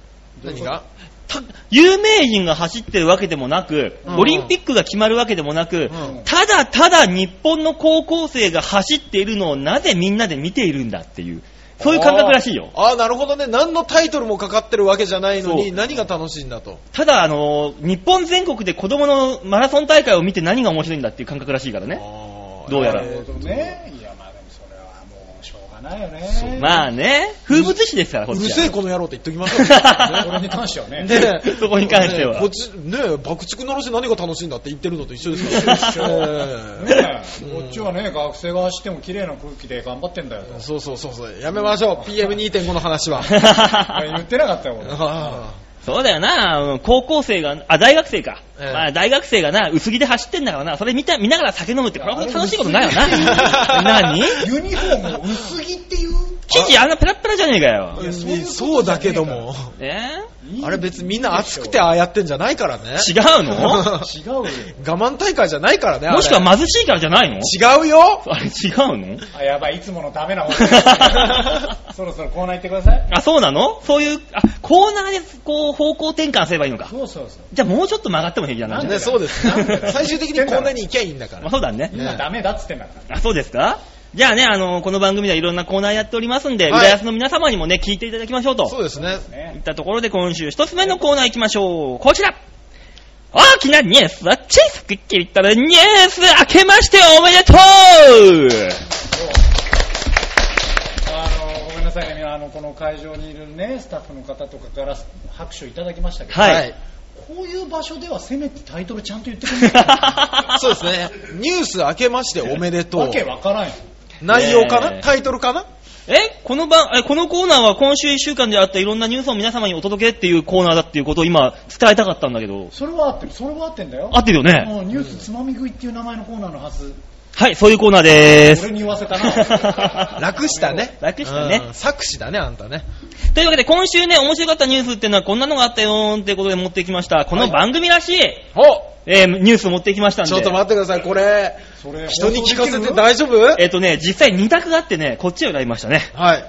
[SPEAKER 2] 何が
[SPEAKER 1] た有名人が走ってるわけでもなく、
[SPEAKER 2] うん
[SPEAKER 1] オリンピックが決まるわけでもなく、
[SPEAKER 2] うん
[SPEAKER 1] ただただ日本の高校生が走っているのをなぜみんなで見ているんだっていう、そういう感覚らしいよ。
[SPEAKER 2] あーあー、なるほどね。何のタイトルもかかってるわけじゃないの
[SPEAKER 1] そう
[SPEAKER 2] に、何が楽しいんだと。
[SPEAKER 1] ただ、あのー日本全国で子供のマラソン大会を見て何が面白いんだっていう感覚らしいからね。
[SPEAKER 2] あー
[SPEAKER 1] どうやら
[SPEAKER 3] なるほどね。いや、まあでもそれはもうしょうがないよね。
[SPEAKER 1] まあね、風物詩ですから、こ
[SPEAKER 2] う
[SPEAKER 1] っ
[SPEAKER 2] る
[SPEAKER 1] ち
[SPEAKER 2] せえ
[SPEAKER 1] は。
[SPEAKER 2] この野郎って言っときましょう
[SPEAKER 3] これに関してはね。
[SPEAKER 2] ねえ
[SPEAKER 1] そこに関しては
[SPEAKER 2] ねえこっち、ねえ、爆竹鳴らして何が楽しいんだって言ってるのと一緒ですか ら。
[SPEAKER 1] 一緒
[SPEAKER 2] ね
[SPEAKER 3] ねえこっちはね、学生が走っても綺麗な空気で頑張ってんだよと
[SPEAKER 2] え。そうそうそうそう。やめましょう。PM2.5 の話は。
[SPEAKER 3] いや言ってなかったよ、俺。
[SPEAKER 2] あ
[SPEAKER 1] そうだよな、うん高校生が、あ、大学生か。
[SPEAKER 2] ええ
[SPEAKER 1] まあ、大学生がな、薄着で走ってんだからな、それ見た見ながら酒飲むって、これは楽しいことないよな。 何
[SPEAKER 3] ユニフォーム薄着っていう
[SPEAKER 1] 生地あんなペラッペラじゃねえかよ
[SPEAKER 2] ー。
[SPEAKER 3] いやそういうこと
[SPEAKER 2] そうだけども。
[SPEAKER 1] え
[SPEAKER 2] あれ別にみんな暑くてああやってんじゃないからね。
[SPEAKER 1] ー違うの
[SPEAKER 3] 違うよ。
[SPEAKER 2] 我慢大会じゃないからね。あれ
[SPEAKER 1] もしくは貧しいからじゃないの
[SPEAKER 2] 違うよ
[SPEAKER 1] あれ違うの
[SPEAKER 3] あ、やばい、いつものダメな 方そろそろコーナー行ってください。
[SPEAKER 1] あ、そうなのそういう、あ、コーナーでこう方向転換すればいいのか。
[SPEAKER 3] そうそうそう。
[SPEAKER 1] じゃあもうちょっと曲がっても平気だな。
[SPEAKER 3] なん
[SPEAKER 2] ね、そうです
[SPEAKER 3] なんでだ
[SPEAKER 2] ね。
[SPEAKER 3] よ
[SPEAKER 2] 最終的にこんなに行きゃいいんだか
[SPEAKER 1] まあ
[SPEAKER 2] ら。
[SPEAKER 1] そうだね。
[SPEAKER 3] 今ダメだっつってんだから。
[SPEAKER 1] あ、そうですかじゃあね、あの、この番組ではいろんなコーナーやっておりますんで、
[SPEAKER 2] はい
[SPEAKER 1] 浦安の皆様にもね、聞いていただきましょうと。
[SPEAKER 2] そうですね。
[SPEAKER 1] いっ
[SPEAKER 3] ね。
[SPEAKER 1] たところで今週一つ目のコーナー行きましょう。こちら大きなニュースは小さく切り取るニュース明けましておめでと
[SPEAKER 3] あの、ごめんなさいね、みんなあの、この会場にいるね、スタッフの方とかから拍手いただきましたけ
[SPEAKER 1] う
[SPEAKER 3] ど、
[SPEAKER 1] はい。
[SPEAKER 3] こういう場所ではせめてタイトルちゃんと言ってくれない
[SPEAKER 1] は
[SPEAKER 2] そうですね。ニュース明け ましておめでとう
[SPEAKER 3] わ。けわからんよ。
[SPEAKER 2] 内容か
[SPEAKER 1] ねえ
[SPEAKER 2] なタイトルかな
[SPEAKER 1] えこの番、え、このコーナーは今週一週間であったいろんなニュースを皆様にお届けっていうコーナーだっていうことを今伝えたかったんだけど、
[SPEAKER 3] それは合ってる、それは合ってんだよ。
[SPEAKER 1] 合ってるよね
[SPEAKER 3] もうニュースつまみ食いっていう名前のコーナーのはず。
[SPEAKER 1] はい、そういうコーナーでーす
[SPEAKER 3] 俺。に言わせたな。
[SPEAKER 2] 楽したね。
[SPEAKER 1] 楽したね
[SPEAKER 2] うん。作詞だね、あんたね。
[SPEAKER 1] というわけで今週ね、面白かったニュースっていうのはこんなのがあったよーんってことで持ってきました。この番組らしい、
[SPEAKER 2] お
[SPEAKER 1] えーニュースを持ってきましたんで。
[SPEAKER 2] ちょっと待ってください、これ。
[SPEAKER 3] それ
[SPEAKER 2] 人に聞かせて
[SPEAKER 3] 大
[SPEAKER 2] 大丈夫は
[SPEAKER 1] えっ、とね、実際2択があってね、こっちを選びましたね。
[SPEAKER 2] い。
[SPEAKER 1] はい。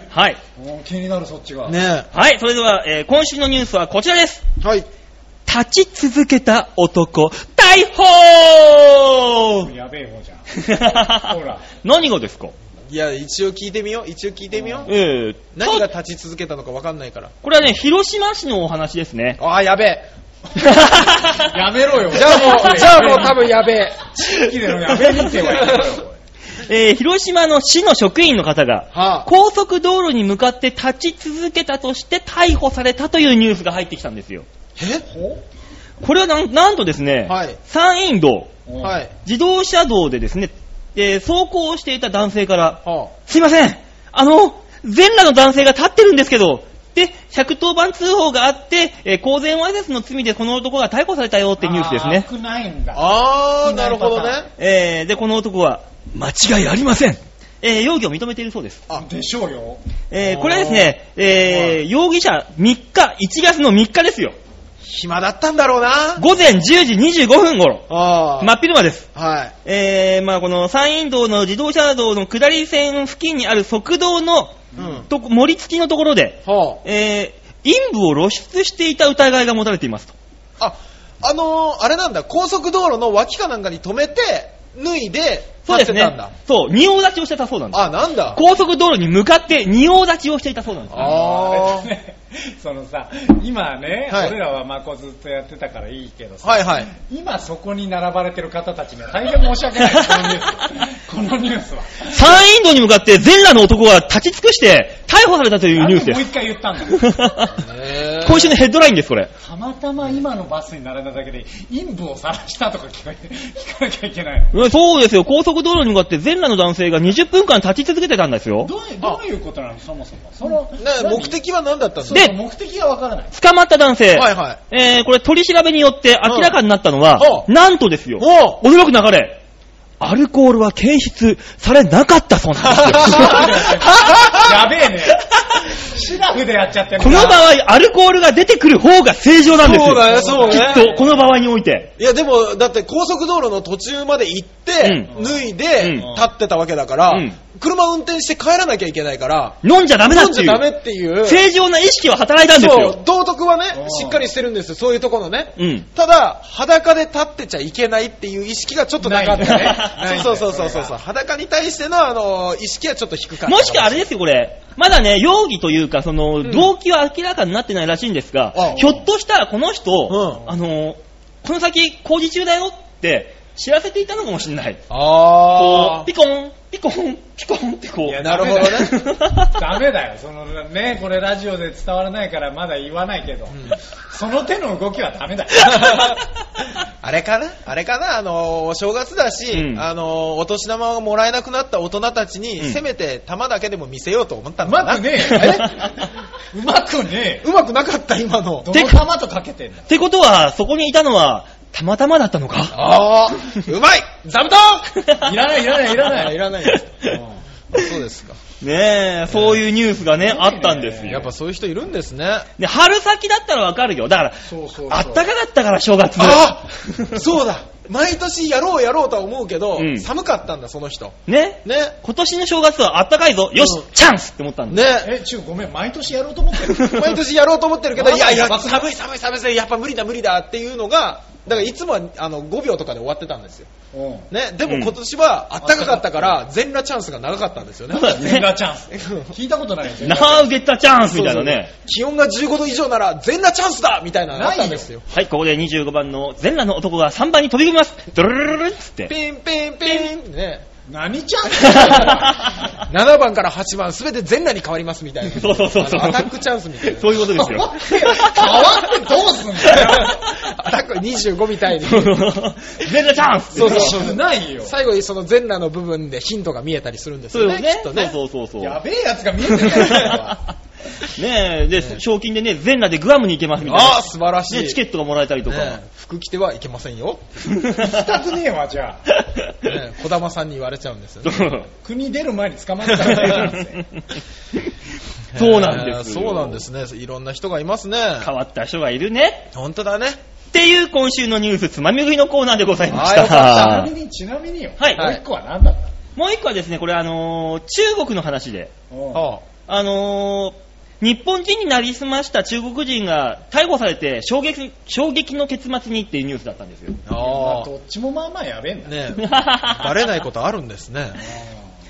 [SPEAKER 3] 気になるそっちが。
[SPEAKER 2] ね
[SPEAKER 1] はい、それでは、えー今週のニュースはこちらです。
[SPEAKER 2] え。はい。
[SPEAKER 1] 立ち続けた男、逮捕
[SPEAKER 3] やべえ方じゃん。ら
[SPEAKER 1] 何がですか
[SPEAKER 2] いや、一応聞いてみよう。一応聞いてみよう。
[SPEAKER 1] えー、
[SPEAKER 2] 何が
[SPEAKER 1] た
[SPEAKER 2] 立ち続けたのか分かんないから。
[SPEAKER 1] これはね、広島市のお話ですね。
[SPEAKER 2] ああ、やべえ。
[SPEAKER 3] やめろよ。
[SPEAKER 2] じゃあもう、じゃあもう多分やべえ。
[SPEAKER 3] 地域でのやめにってよ。やめろよ
[SPEAKER 1] えー広島の市の職員の方が、
[SPEAKER 2] はあ。
[SPEAKER 1] 高速道路に向かって立ち続けたとして逮捕されたというニュースが入ってきたんですよ。
[SPEAKER 2] え
[SPEAKER 3] お
[SPEAKER 1] これはなんなんとですね、
[SPEAKER 2] はい
[SPEAKER 1] 山陰道、
[SPEAKER 3] お
[SPEAKER 2] はい。
[SPEAKER 1] 自動車道でですね、えー走行をしていた男性から、
[SPEAKER 2] は
[SPEAKER 1] すいません、あの、全裸の男性が立ってるんですけど、で、110番通報があって、えー公然わいせつの罪でこの男が逮捕されたよってニュースです
[SPEAKER 3] あ
[SPEAKER 1] ね。
[SPEAKER 3] 危ないんだ。
[SPEAKER 2] あ。あー、なるほどね。
[SPEAKER 1] えーで、この男は、間違いありません。えー容疑を認めているそうです。
[SPEAKER 2] あ、
[SPEAKER 3] でしょうよ。
[SPEAKER 1] えーこれはですね、えー容疑者3日、1月の3日ですよ。
[SPEAKER 2] 暇だったんだろうな。
[SPEAKER 1] 午前10時25分頃、
[SPEAKER 2] ああ。
[SPEAKER 1] 真っ昼間です。
[SPEAKER 2] はい。
[SPEAKER 1] えー、まあこの山陰道の自動車道の下り線付近にある側道の
[SPEAKER 2] うん。
[SPEAKER 1] とこ森付きのところで、
[SPEAKER 2] は
[SPEAKER 1] えー、陰部を露出していた疑いが持たれていますと。
[SPEAKER 2] あ。あ、あのー、あれなんだ。高速道路の脇かなんかに止めて、脱いで、
[SPEAKER 1] そう
[SPEAKER 2] 立
[SPEAKER 1] で
[SPEAKER 2] っ
[SPEAKER 1] す
[SPEAKER 2] てたんだ
[SPEAKER 1] ね。。そう、仁王立ちをしてたそうなんです。
[SPEAKER 2] あ、なんだ。
[SPEAKER 1] 高速道路に向かって仁王立ちをしていたそうなんです。
[SPEAKER 2] あ
[SPEAKER 3] ねそのさ、今ね、
[SPEAKER 2] はい
[SPEAKER 3] 俺らはまあこうずっとやってたからいいけどさ、
[SPEAKER 2] はいはい。
[SPEAKER 3] 今そこに並ばれてる方たちには大変申し訳ない、このニュース。このニュースは。
[SPEAKER 1] 山陰道に向かって全裸の男が立ち尽くして逮捕されたというニュースで
[SPEAKER 3] なんでもう
[SPEAKER 1] す。
[SPEAKER 3] 一回言ったんだよ
[SPEAKER 2] えー
[SPEAKER 1] 今週のヘッドラインです、これ。
[SPEAKER 3] たまたま今のバスに並んだだけで、陰部を晒したとか聞かれて、聞かなきゃいけないの。
[SPEAKER 1] うんそうですよ、高速道路に向かって全裸の男性が20分間立ち続けてたんですよ。
[SPEAKER 3] どういうどういうことなの、そもそも。その
[SPEAKER 2] な
[SPEAKER 3] 何
[SPEAKER 2] 目的は何だったんです
[SPEAKER 3] そ
[SPEAKER 2] か
[SPEAKER 1] で
[SPEAKER 3] う目的がわか らない。
[SPEAKER 1] 捕まった男性、
[SPEAKER 2] はいはい。
[SPEAKER 1] えー、これ取り調べによって明らかになったのは、
[SPEAKER 2] う
[SPEAKER 1] なんとですよ、
[SPEAKER 2] おう
[SPEAKER 1] 驚く流れ、アルコールは検出されなかったそう なんですよ。
[SPEAKER 3] やべえね。シラフでやっちゃってる
[SPEAKER 1] この場合、アルコールが出てくる方が正常なんですよ。
[SPEAKER 2] そうだね、そう
[SPEAKER 1] き
[SPEAKER 2] ね。
[SPEAKER 1] っと、この場合において。
[SPEAKER 2] いやでも、だって高速道路の途中まで行って、
[SPEAKER 1] う
[SPEAKER 2] 脱いで
[SPEAKER 1] うん
[SPEAKER 2] 立ってたわけだから、
[SPEAKER 1] うん
[SPEAKER 2] 車運転して帰らなきゃいけないから、
[SPEAKER 1] 飲んじゃダメだ
[SPEAKER 2] 飲ん
[SPEAKER 1] って
[SPEAKER 2] じ
[SPEAKER 1] い
[SPEAKER 2] ゃダメ
[SPEAKER 1] う、
[SPEAKER 2] っていう、
[SPEAKER 1] 正常な意識は働いたんです
[SPEAKER 2] そう
[SPEAKER 1] よ。、
[SPEAKER 2] 道徳はね
[SPEAKER 3] う、ん
[SPEAKER 2] しっかりしてるんですよ、そういうところのね。
[SPEAKER 1] うん。
[SPEAKER 2] ただ、裸で立ってちゃいけないっていう意識がちょっとなかった
[SPEAKER 3] ないね
[SPEAKER 2] ね。 そうそうそうそうそう。裸に対しての、あの、意識はちょっと低かった。
[SPEAKER 1] もしくはあれですよ、これ。まだね、容疑というか、その、
[SPEAKER 2] ん
[SPEAKER 1] 動機は明らかになってないらしいんですが、
[SPEAKER 2] ああ
[SPEAKER 1] ひょっとしたらこの人、
[SPEAKER 2] うん
[SPEAKER 1] あの、この先工事中だよって知らせていたのかもしれない。こ
[SPEAKER 2] あ
[SPEAKER 1] う、ピコン、ピコン、ピコンってこ
[SPEAKER 3] いうや
[SPEAKER 2] ー。なるほどね。
[SPEAKER 3] ダメだよ、そのね、これラジオで伝わらないからまだ言わないけど、
[SPEAKER 2] ん
[SPEAKER 3] その手の動きは ダメだよ。
[SPEAKER 2] あれかなあれかなあの、お正月だし、
[SPEAKER 1] うん
[SPEAKER 2] あの、お年玉をもらえなくなった大人たちに、
[SPEAKER 1] うん
[SPEAKER 2] せめて玉だけでも見せようと思った
[SPEAKER 3] う
[SPEAKER 2] のかな。
[SPEAKER 3] まくね えよ。うまくねえ
[SPEAKER 2] えうまくなかった、今の
[SPEAKER 3] ど。の玉とかけてん だ
[SPEAKER 1] っ。てことは、そこにいたのは、たまたまだったのか
[SPEAKER 2] ああ、うまい座布団
[SPEAKER 3] いらない、いらない、いら ない。
[SPEAKER 2] いらないです。あそうですか。
[SPEAKER 1] ねえ、そういうニュースがね、あったんです
[SPEAKER 2] やっ
[SPEAKER 1] よ。
[SPEAKER 2] ぱそういう人いるんですね。
[SPEAKER 1] で、春先だったらわかるよ。だから、
[SPEAKER 3] そうそうそう
[SPEAKER 1] あったかかったから、正月。
[SPEAKER 2] ああそうだ毎年やろうやろうとは思うけど、
[SPEAKER 1] うん
[SPEAKER 2] 寒かったんだ、その人。
[SPEAKER 1] ね
[SPEAKER 2] ね。
[SPEAKER 1] 今年の正月はあったかいぞ。よし、
[SPEAKER 2] うん
[SPEAKER 1] チャンスって思ったんだ。
[SPEAKER 2] ね。
[SPEAKER 3] え、ちゅうごめん、毎年やろうと思ってる。
[SPEAKER 2] 毎年やろうと思ってるけど、
[SPEAKER 3] ま
[SPEAKER 2] い
[SPEAKER 3] だ
[SPEAKER 2] やいや、
[SPEAKER 3] まだ
[SPEAKER 2] 寒い寒い寒い寒い、やっぱ無理だ無理だっていうのが、だからいつもはあの5秒とかで終わってたんですよ。
[SPEAKER 3] うん。
[SPEAKER 2] ね。でも
[SPEAKER 1] うん
[SPEAKER 2] 今年は暖かかったから、全裸チャンスが長かったんですよね
[SPEAKER 1] そう。 だ
[SPEAKER 3] 全
[SPEAKER 1] ね。
[SPEAKER 3] 裸チャ ンス。聞いたことないよ。全裸
[SPEAKER 1] Now get a chance! みたいなね。
[SPEAKER 2] 気温が15度以上なら全裸チャンスだみたいなのがあったんですよ。
[SPEAKER 1] はい、ここで25番の全裸の男が3番に飛び込みます。ドゥルルルルルっつって。
[SPEAKER 2] ピンピンピンってね。
[SPEAKER 3] 何チャンスだよ
[SPEAKER 2] 7番から8番全て全裸に変わりますみたいな。
[SPEAKER 1] そうそうそうそう。
[SPEAKER 2] あのアタックチャンスみたいな。
[SPEAKER 1] そういうこと ですよ。
[SPEAKER 3] 変わってどうすんだ
[SPEAKER 2] アタック25みたいに。
[SPEAKER 1] その全裸チャンス
[SPEAKER 2] そう
[SPEAKER 3] よ。
[SPEAKER 2] そう
[SPEAKER 3] しないよ。
[SPEAKER 2] 最後にその全裸の部分でヒントが見えたりするんですよね、きっとね。
[SPEAKER 1] そうそうそうそう。
[SPEAKER 3] やべえやつが見えてないよ。
[SPEAKER 1] ねえ、で、賞金でね、全裸でグアムに行けますみたいな。
[SPEAKER 2] ああ、素晴らしい。
[SPEAKER 1] ね、チケットがもらえたりとか。
[SPEAKER 2] ねえ服着てはいけませんよ。
[SPEAKER 3] 行きたくねえわ、じゃあ。
[SPEAKER 2] ね え、小玉さんに言われちゃうんですよね。
[SPEAKER 3] 国出る前に捕まってたらね
[SPEAKER 1] そうなんです。
[SPEAKER 2] えーそうなんで。すね。いろんな人がいますね。
[SPEAKER 1] 変わった人がいるね。
[SPEAKER 2] 本当だね。
[SPEAKER 1] っていう今週のニュースつまみ食いのコーナーでございまし
[SPEAKER 2] あーよ
[SPEAKER 1] た。
[SPEAKER 3] ちなみに、ちなみによ。
[SPEAKER 1] はい
[SPEAKER 3] もう一個は何だった
[SPEAKER 1] もう一個はですね、これあのー中国の話で、
[SPEAKER 3] の
[SPEAKER 2] は
[SPEAKER 1] あのー日本人になりすました中国人が逮捕されて衝撃衝撃の結末にっていうニュースだったんですよ。
[SPEAKER 2] あ、
[SPEAKER 3] ま
[SPEAKER 2] あ
[SPEAKER 3] あどっちもまあまあやべえん
[SPEAKER 2] あ
[SPEAKER 3] だ。
[SPEAKER 2] ねえバレないことあるんですね。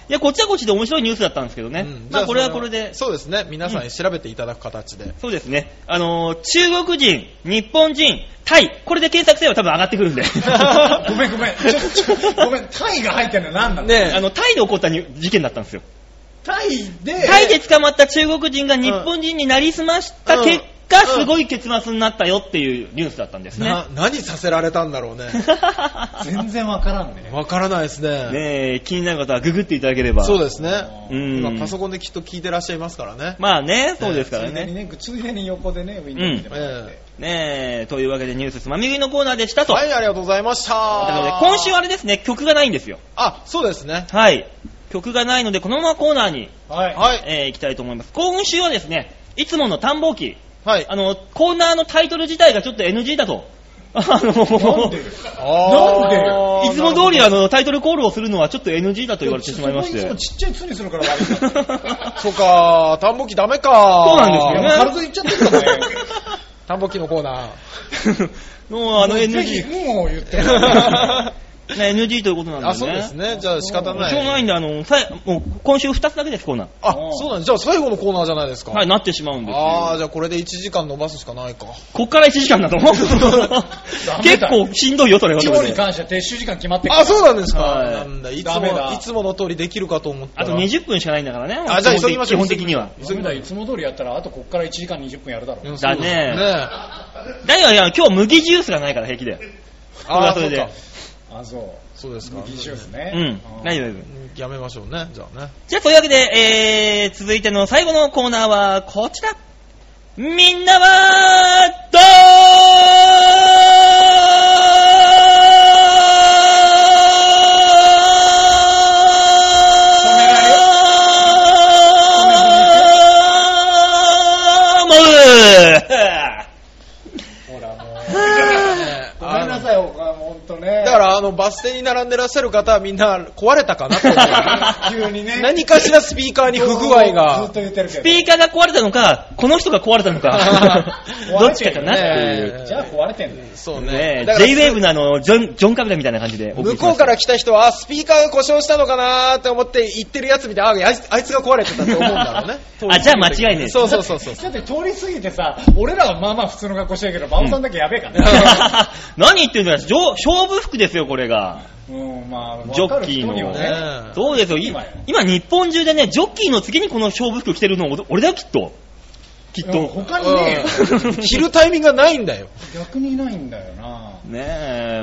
[SPEAKER 1] いや、こっちはこっちで面白いニュースだったんですけどね。
[SPEAKER 2] うん
[SPEAKER 1] まあ、これは
[SPEAKER 2] じゃ
[SPEAKER 1] これで
[SPEAKER 2] そのそうですね。皆さんに調べていただく形で。
[SPEAKER 1] そうですね。あのー中国人、日本人、タイ、これで検索すれば多分上がってくるんで。
[SPEAKER 3] あー ごめんごめん。ちょちょごめん。タイが入ってんの何なの
[SPEAKER 2] ねえ
[SPEAKER 1] あの、タイで起こったに事件だったんですよ。
[SPEAKER 3] タイで、
[SPEAKER 1] タイで捕まった中国人が日本人になりすました結果、
[SPEAKER 2] うんうん
[SPEAKER 1] すごい結末になったよっていうニュースだったんですね。
[SPEAKER 2] な何させられたんだろ うね。
[SPEAKER 3] 全然わからんね。
[SPEAKER 2] わからないですね。
[SPEAKER 1] ねえ、気になる方はググっていただければ。
[SPEAKER 2] そうですね。
[SPEAKER 1] うん
[SPEAKER 2] 今パソコンできっと聞いてらっしゃいますからね。
[SPEAKER 1] まあね、そうです
[SPEAKER 3] つ
[SPEAKER 1] か
[SPEAKER 3] い
[SPEAKER 1] ら
[SPEAKER 3] でに
[SPEAKER 1] ね。
[SPEAKER 3] ね、ついでに横でね、ウィンドウ見てもらって。
[SPEAKER 1] ねえ、というわけでニュースつまみ食いのコーナーでしたと。
[SPEAKER 2] はい、ありがとうございました。
[SPEAKER 1] ということで今週はあれですね、曲がないんですよ。
[SPEAKER 2] あ、そうですね。
[SPEAKER 1] はい。曲がないので、このままコーナーに、
[SPEAKER 3] はい。
[SPEAKER 2] はい。
[SPEAKER 1] えー行きたいと思います。今週はですね、いつもの探訪機。
[SPEAKER 2] はい。
[SPEAKER 1] あの、コーナーのタイトル自体がちょっと NG だと。 あの、
[SPEAKER 3] なんでよ
[SPEAKER 2] あー
[SPEAKER 3] なんで
[SPEAKER 1] いつも通りあの、タイトルコールをするのはちょっと NG だと言われてしまいまし
[SPEAKER 3] そこい
[SPEAKER 1] て。
[SPEAKER 3] つもちっちゃいつにするから悪いんだ
[SPEAKER 2] そうか、田んぼ機ダメか。
[SPEAKER 1] そうなん
[SPEAKER 3] いや
[SPEAKER 1] です
[SPEAKER 3] もう
[SPEAKER 1] よね
[SPEAKER 3] 軽く言っちゃってるか らね。
[SPEAKER 2] 田んぼ機のコーナー。
[SPEAKER 1] もうあの
[SPEAKER 3] ぜひ、
[SPEAKER 1] NG。
[SPEAKER 3] うんを言って。
[SPEAKER 1] ね、NG ということなんでね。
[SPEAKER 2] あ、そうですね。じゃあ仕方ない。
[SPEAKER 1] しょうがないんで、あの、さいもう今週2つだけです、コーナー。
[SPEAKER 2] あ、そうなんです。じゃあ最後のコーナーじゃないですか。
[SPEAKER 1] はい、なってしまうんです
[SPEAKER 2] ああ、
[SPEAKER 1] よ。
[SPEAKER 2] じゃあこれで1時間伸ばすしかないか。
[SPEAKER 1] こっから1時間だ と思う。 結構しんどいよ、それは。
[SPEAKER 3] 規模に関しては撤収時間決まってる
[SPEAKER 2] あ、そうなんですか。
[SPEAKER 1] はい
[SPEAKER 2] なんだ、いつ
[SPEAKER 3] ダメだ
[SPEAKER 2] も、いつもの通りできるかと思った
[SPEAKER 1] あ
[SPEAKER 2] ら。
[SPEAKER 1] と20分しかないんだからね。
[SPEAKER 2] あじゃあ急ぎましょう
[SPEAKER 1] 基本的には。
[SPEAKER 3] 急ぎだいつも通りやったらあとこっから1時間20分やるだろう
[SPEAKER 2] うん
[SPEAKER 1] だね
[SPEAKER 2] そうですね
[SPEAKER 1] だよ、いや、今日麦ジュースがないから平気だよ。
[SPEAKER 2] ああ、
[SPEAKER 1] それ
[SPEAKER 2] そう
[SPEAKER 1] で
[SPEAKER 2] か。
[SPEAKER 3] あそう
[SPEAKER 2] そうですか。
[SPEAKER 3] 麦ジュース
[SPEAKER 1] う
[SPEAKER 3] ね
[SPEAKER 1] ん。大丈夫大丈夫。
[SPEAKER 2] うんやめましょうね。じゃあね。
[SPEAKER 1] じゃあ、というわけで、えー、続いての最後のコーナーはこちら。みんなは、 ど
[SPEAKER 2] ね
[SPEAKER 3] ほらもうごめんなさい岡本ほんとね
[SPEAKER 2] だから、あの、バス停に並んでらっしゃる方はみんな壊れたかなと思 う
[SPEAKER 3] 急にね
[SPEAKER 2] 何かしらスピーカーに不具合
[SPEAKER 3] ずっ
[SPEAKER 2] が
[SPEAKER 3] と。言ってるけど、
[SPEAKER 1] スピーカーが壊れたのか、この人が壊れたのか どっちかかなっていう。
[SPEAKER 2] ね
[SPEAKER 3] じゃあ壊れてんのよ
[SPEAKER 2] そう
[SPEAKER 1] ね
[SPEAKER 2] ね。だから
[SPEAKER 1] J-Wave のあの、ジョン、ジョンカブラみたいな感じでお送
[SPEAKER 2] 向
[SPEAKER 1] りしま
[SPEAKER 2] こ
[SPEAKER 1] し
[SPEAKER 2] う
[SPEAKER 1] た。。
[SPEAKER 2] から来た人は、あスピーカーが故障したのかなーって思って言ってるやつ見て、ああいつあいつが壊れてたって思うんだろうね
[SPEAKER 1] あじゃあ間違いねえ
[SPEAKER 2] そうそうそうそう。
[SPEAKER 3] だって通り過ぎてさ俺らはまあまあ普通の格好してるけど馬場さんだけやべえからね
[SPEAKER 1] 何言ってんだよ、じょ勝負服ですよ、これが。
[SPEAKER 3] うんまあ
[SPEAKER 1] ジョッキーの
[SPEAKER 3] 分かる人には ね
[SPEAKER 2] ね
[SPEAKER 1] そうですよ、い
[SPEAKER 3] 今よ
[SPEAKER 1] 今日本中でね、ジョッキーの次にこの勝負服着てるの俺俺だよ、きっと。きっ
[SPEAKER 3] うん
[SPEAKER 1] と。
[SPEAKER 3] 他にね
[SPEAKER 2] うん着るタイミングがないんだよ。
[SPEAKER 3] 逆にないんだよな
[SPEAKER 1] ね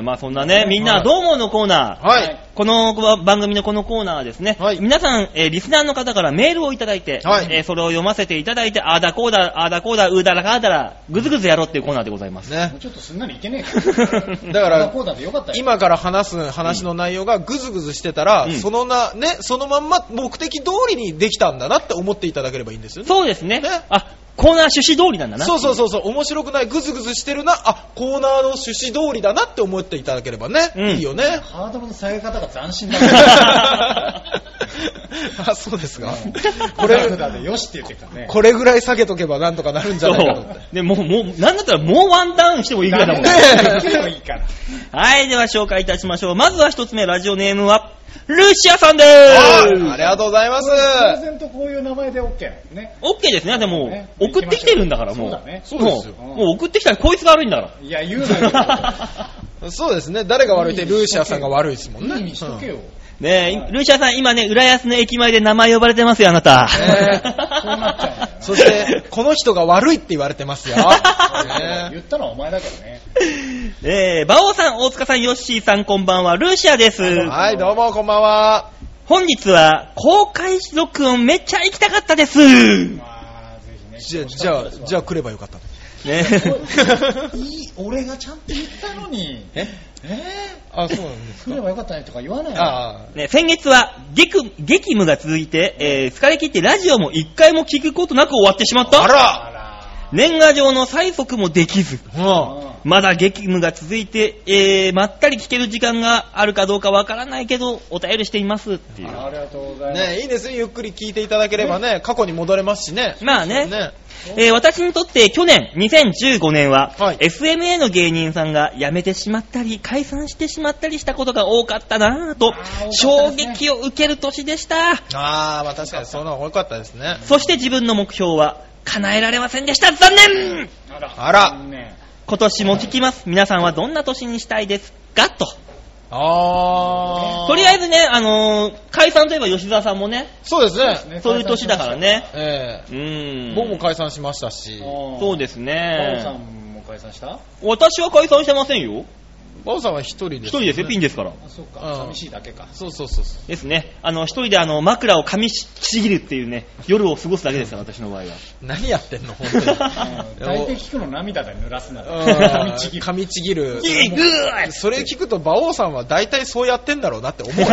[SPEAKER 1] え、まあそんなね、みんなはどう思うのコーナー。
[SPEAKER 2] はい。
[SPEAKER 1] この番組のこのコーナーはですね、
[SPEAKER 2] はい
[SPEAKER 1] 皆さん、えーリスナーの方からメールをいただいて、
[SPEAKER 2] はい
[SPEAKER 1] えーそれを読ませていただいて、あーだこうだ、あーだこうだ、うーだらかーだら、ぐずぐずやろうっていうコーナーでござい ます。
[SPEAKER 3] も
[SPEAKER 2] ね
[SPEAKER 3] う。ちょっとすんなりいけねえから
[SPEAKER 2] だか
[SPEAKER 3] あんな
[SPEAKER 2] ら
[SPEAKER 3] こ、うだでよかったよ
[SPEAKER 2] 今から話す話の内容がぐずぐずしてたら、
[SPEAKER 1] うん
[SPEAKER 2] そのな、ね、そのまんま目的通りにできたんだなって思っていただければいいんですよね。
[SPEAKER 1] そうですね
[SPEAKER 2] ね。
[SPEAKER 1] あ、コーナー趣旨通りなんだな。
[SPEAKER 2] そうそうそうそう、面白くない、ぐずぐずしてるな、あ、コーナーの趣旨通りだなって思っていただければね、
[SPEAKER 1] うん
[SPEAKER 2] いいよね。
[SPEAKER 3] ハードルの下げ方が斬新だ
[SPEAKER 2] あ、そうですか。
[SPEAKER 3] これ札でよしって言ってきたね
[SPEAKER 2] これぐらい下げとけばなんとかなるんじゃ
[SPEAKER 1] そ
[SPEAKER 2] ないかと思って。
[SPEAKER 1] う。で、もう、もう、なんだったらもうワンターンしてもいいぐらいだもんね。
[SPEAKER 3] ダメだよいいから
[SPEAKER 1] はい、では紹介いたしましょう。まずは一つ目、ラジオネームは、ルシアさんでー
[SPEAKER 2] あありがとうございます。
[SPEAKER 3] 当然とこういう名前で OK なの ね
[SPEAKER 1] オッケーですね、でも
[SPEAKER 3] ね、
[SPEAKER 1] 送ってきてるんだから、もう。
[SPEAKER 3] そうだね
[SPEAKER 2] そうですよ
[SPEAKER 1] もうもう送ってきたらこいつが悪いんだから。
[SPEAKER 3] いや言うなよ
[SPEAKER 2] そうですね、誰が悪いってルーシアさんが悪いですもんね。
[SPEAKER 3] いいにしとけよ、
[SPEAKER 1] ねえ、
[SPEAKER 3] はい
[SPEAKER 1] ルーシアさん、今ね、浦安の駅前で名前呼ばれてますよ、あなた。
[SPEAKER 2] ねえ
[SPEAKER 3] そうなっちゃうんだよ
[SPEAKER 2] そして、この人が悪いって言われてますよ。
[SPEAKER 3] 言
[SPEAKER 2] ね
[SPEAKER 3] ったのはお前だけどね
[SPEAKER 1] えー、馬王さん、大塚さん、ヨッシーさん、こんばんは、ルーシアです。
[SPEAKER 2] はい、どうも、こんばんは。
[SPEAKER 1] 本日は、公開録音めっちゃ行きたかったです。ね
[SPEAKER 3] まあぜひね
[SPEAKER 2] じゃあ、じゃあ、じゃあ来ればよかった。
[SPEAKER 3] いい俺がちゃんと言ったのに
[SPEAKER 2] え
[SPEAKER 3] え
[SPEAKER 2] あ、そうなんです
[SPEAKER 3] ー、来れ
[SPEAKER 2] か。
[SPEAKER 3] ばよかったねとか言わないの
[SPEAKER 2] あ
[SPEAKER 1] ね、先月は激激務が続いて、えー疲れ切ってラジオも一回も聞くことなく終わってしまっ
[SPEAKER 2] あ。あ
[SPEAKER 1] た
[SPEAKER 2] ら
[SPEAKER 3] ら
[SPEAKER 1] 年賀状の催促もできず
[SPEAKER 2] うん。
[SPEAKER 1] まだ激務が続いて、えーまったり聞ける時間があるかどうかわからないけどお便りしていますっていう
[SPEAKER 3] ありがとうございます、
[SPEAKER 2] ねいいですよ。ゆっくり聞いていただければね、過去に戻れますしね。
[SPEAKER 1] まあね
[SPEAKER 2] ね
[SPEAKER 1] えー私にとって去年2015年は、
[SPEAKER 2] はい
[SPEAKER 1] SMA の芸人さんが辞めてしまったり解散してしまったりしたことが多かったなぁと
[SPEAKER 3] あー多か
[SPEAKER 1] 衝
[SPEAKER 3] ったですね
[SPEAKER 1] 撃を受ける年でした
[SPEAKER 2] ああ、まあ確かにそんなの多かったですね。
[SPEAKER 1] そして自分の目標は叶えられませんでした残念
[SPEAKER 3] あら
[SPEAKER 2] あら
[SPEAKER 3] ね
[SPEAKER 1] 今年も聞きます。皆さんはどんな年にしたいですかと。
[SPEAKER 2] ああ。
[SPEAKER 1] とりあえ
[SPEAKER 2] ず。
[SPEAKER 1] ずね、あのー解散といえば吉沢さんもね、
[SPEAKER 2] そうですね。
[SPEAKER 3] ね
[SPEAKER 1] そういう年だからね。
[SPEAKER 2] え
[SPEAKER 1] う
[SPEAKER 2] え
[SPEAKER 1] ん。
[SPEAKER 2] 僕も解散しましたし、
[SPEAKER 1] そうです
[SPEAKER 3] バオさ
[SPEAKER 1] ね。
[SPEAKER 3] んも解散したあ
[SPEAKER 1] 私は解散してませんよ。
[SPEAKER 2] バオさんは一人です。
[SPEAKER 1] 一人ですよ、ピン
[SPEAKER 2] で。
[SPEAKER 1] ですから。
[SPEAKER 3] そうか
[SPEAKER 2] うん
[SPEAKER 3] 寂しいだけか
[SPEAKER 2] そうそうそうそう。
[SPEAKER 1] ですね。あの、一人であの、枕を噛みちぎるっていうね、夜を過ごすだけですから、私の場合
[SPEAKER 2] 何やってんの、本当に。
[SPEAKER 1] は。
[SPEAKER 3] うん大抵聞くの涙で濡らすな ら
[SPEAKER 2] 噛
[SPEAKER 3] 髪
[SPEAKER 2] み
[SPEAKER 3] ち
[SPEAKER 2] ちぎ
[SPEAKER 3] ぎ
[SPEAKER 2] る。
[SPEAKER 3] る
[SPEAKER 2] 噛みちぎる。
[SPEAKER 1] いいぐー い
[SPEAKER 2] それ聞くと、馬王さんは大体そうやってんだろうなって 思うよ。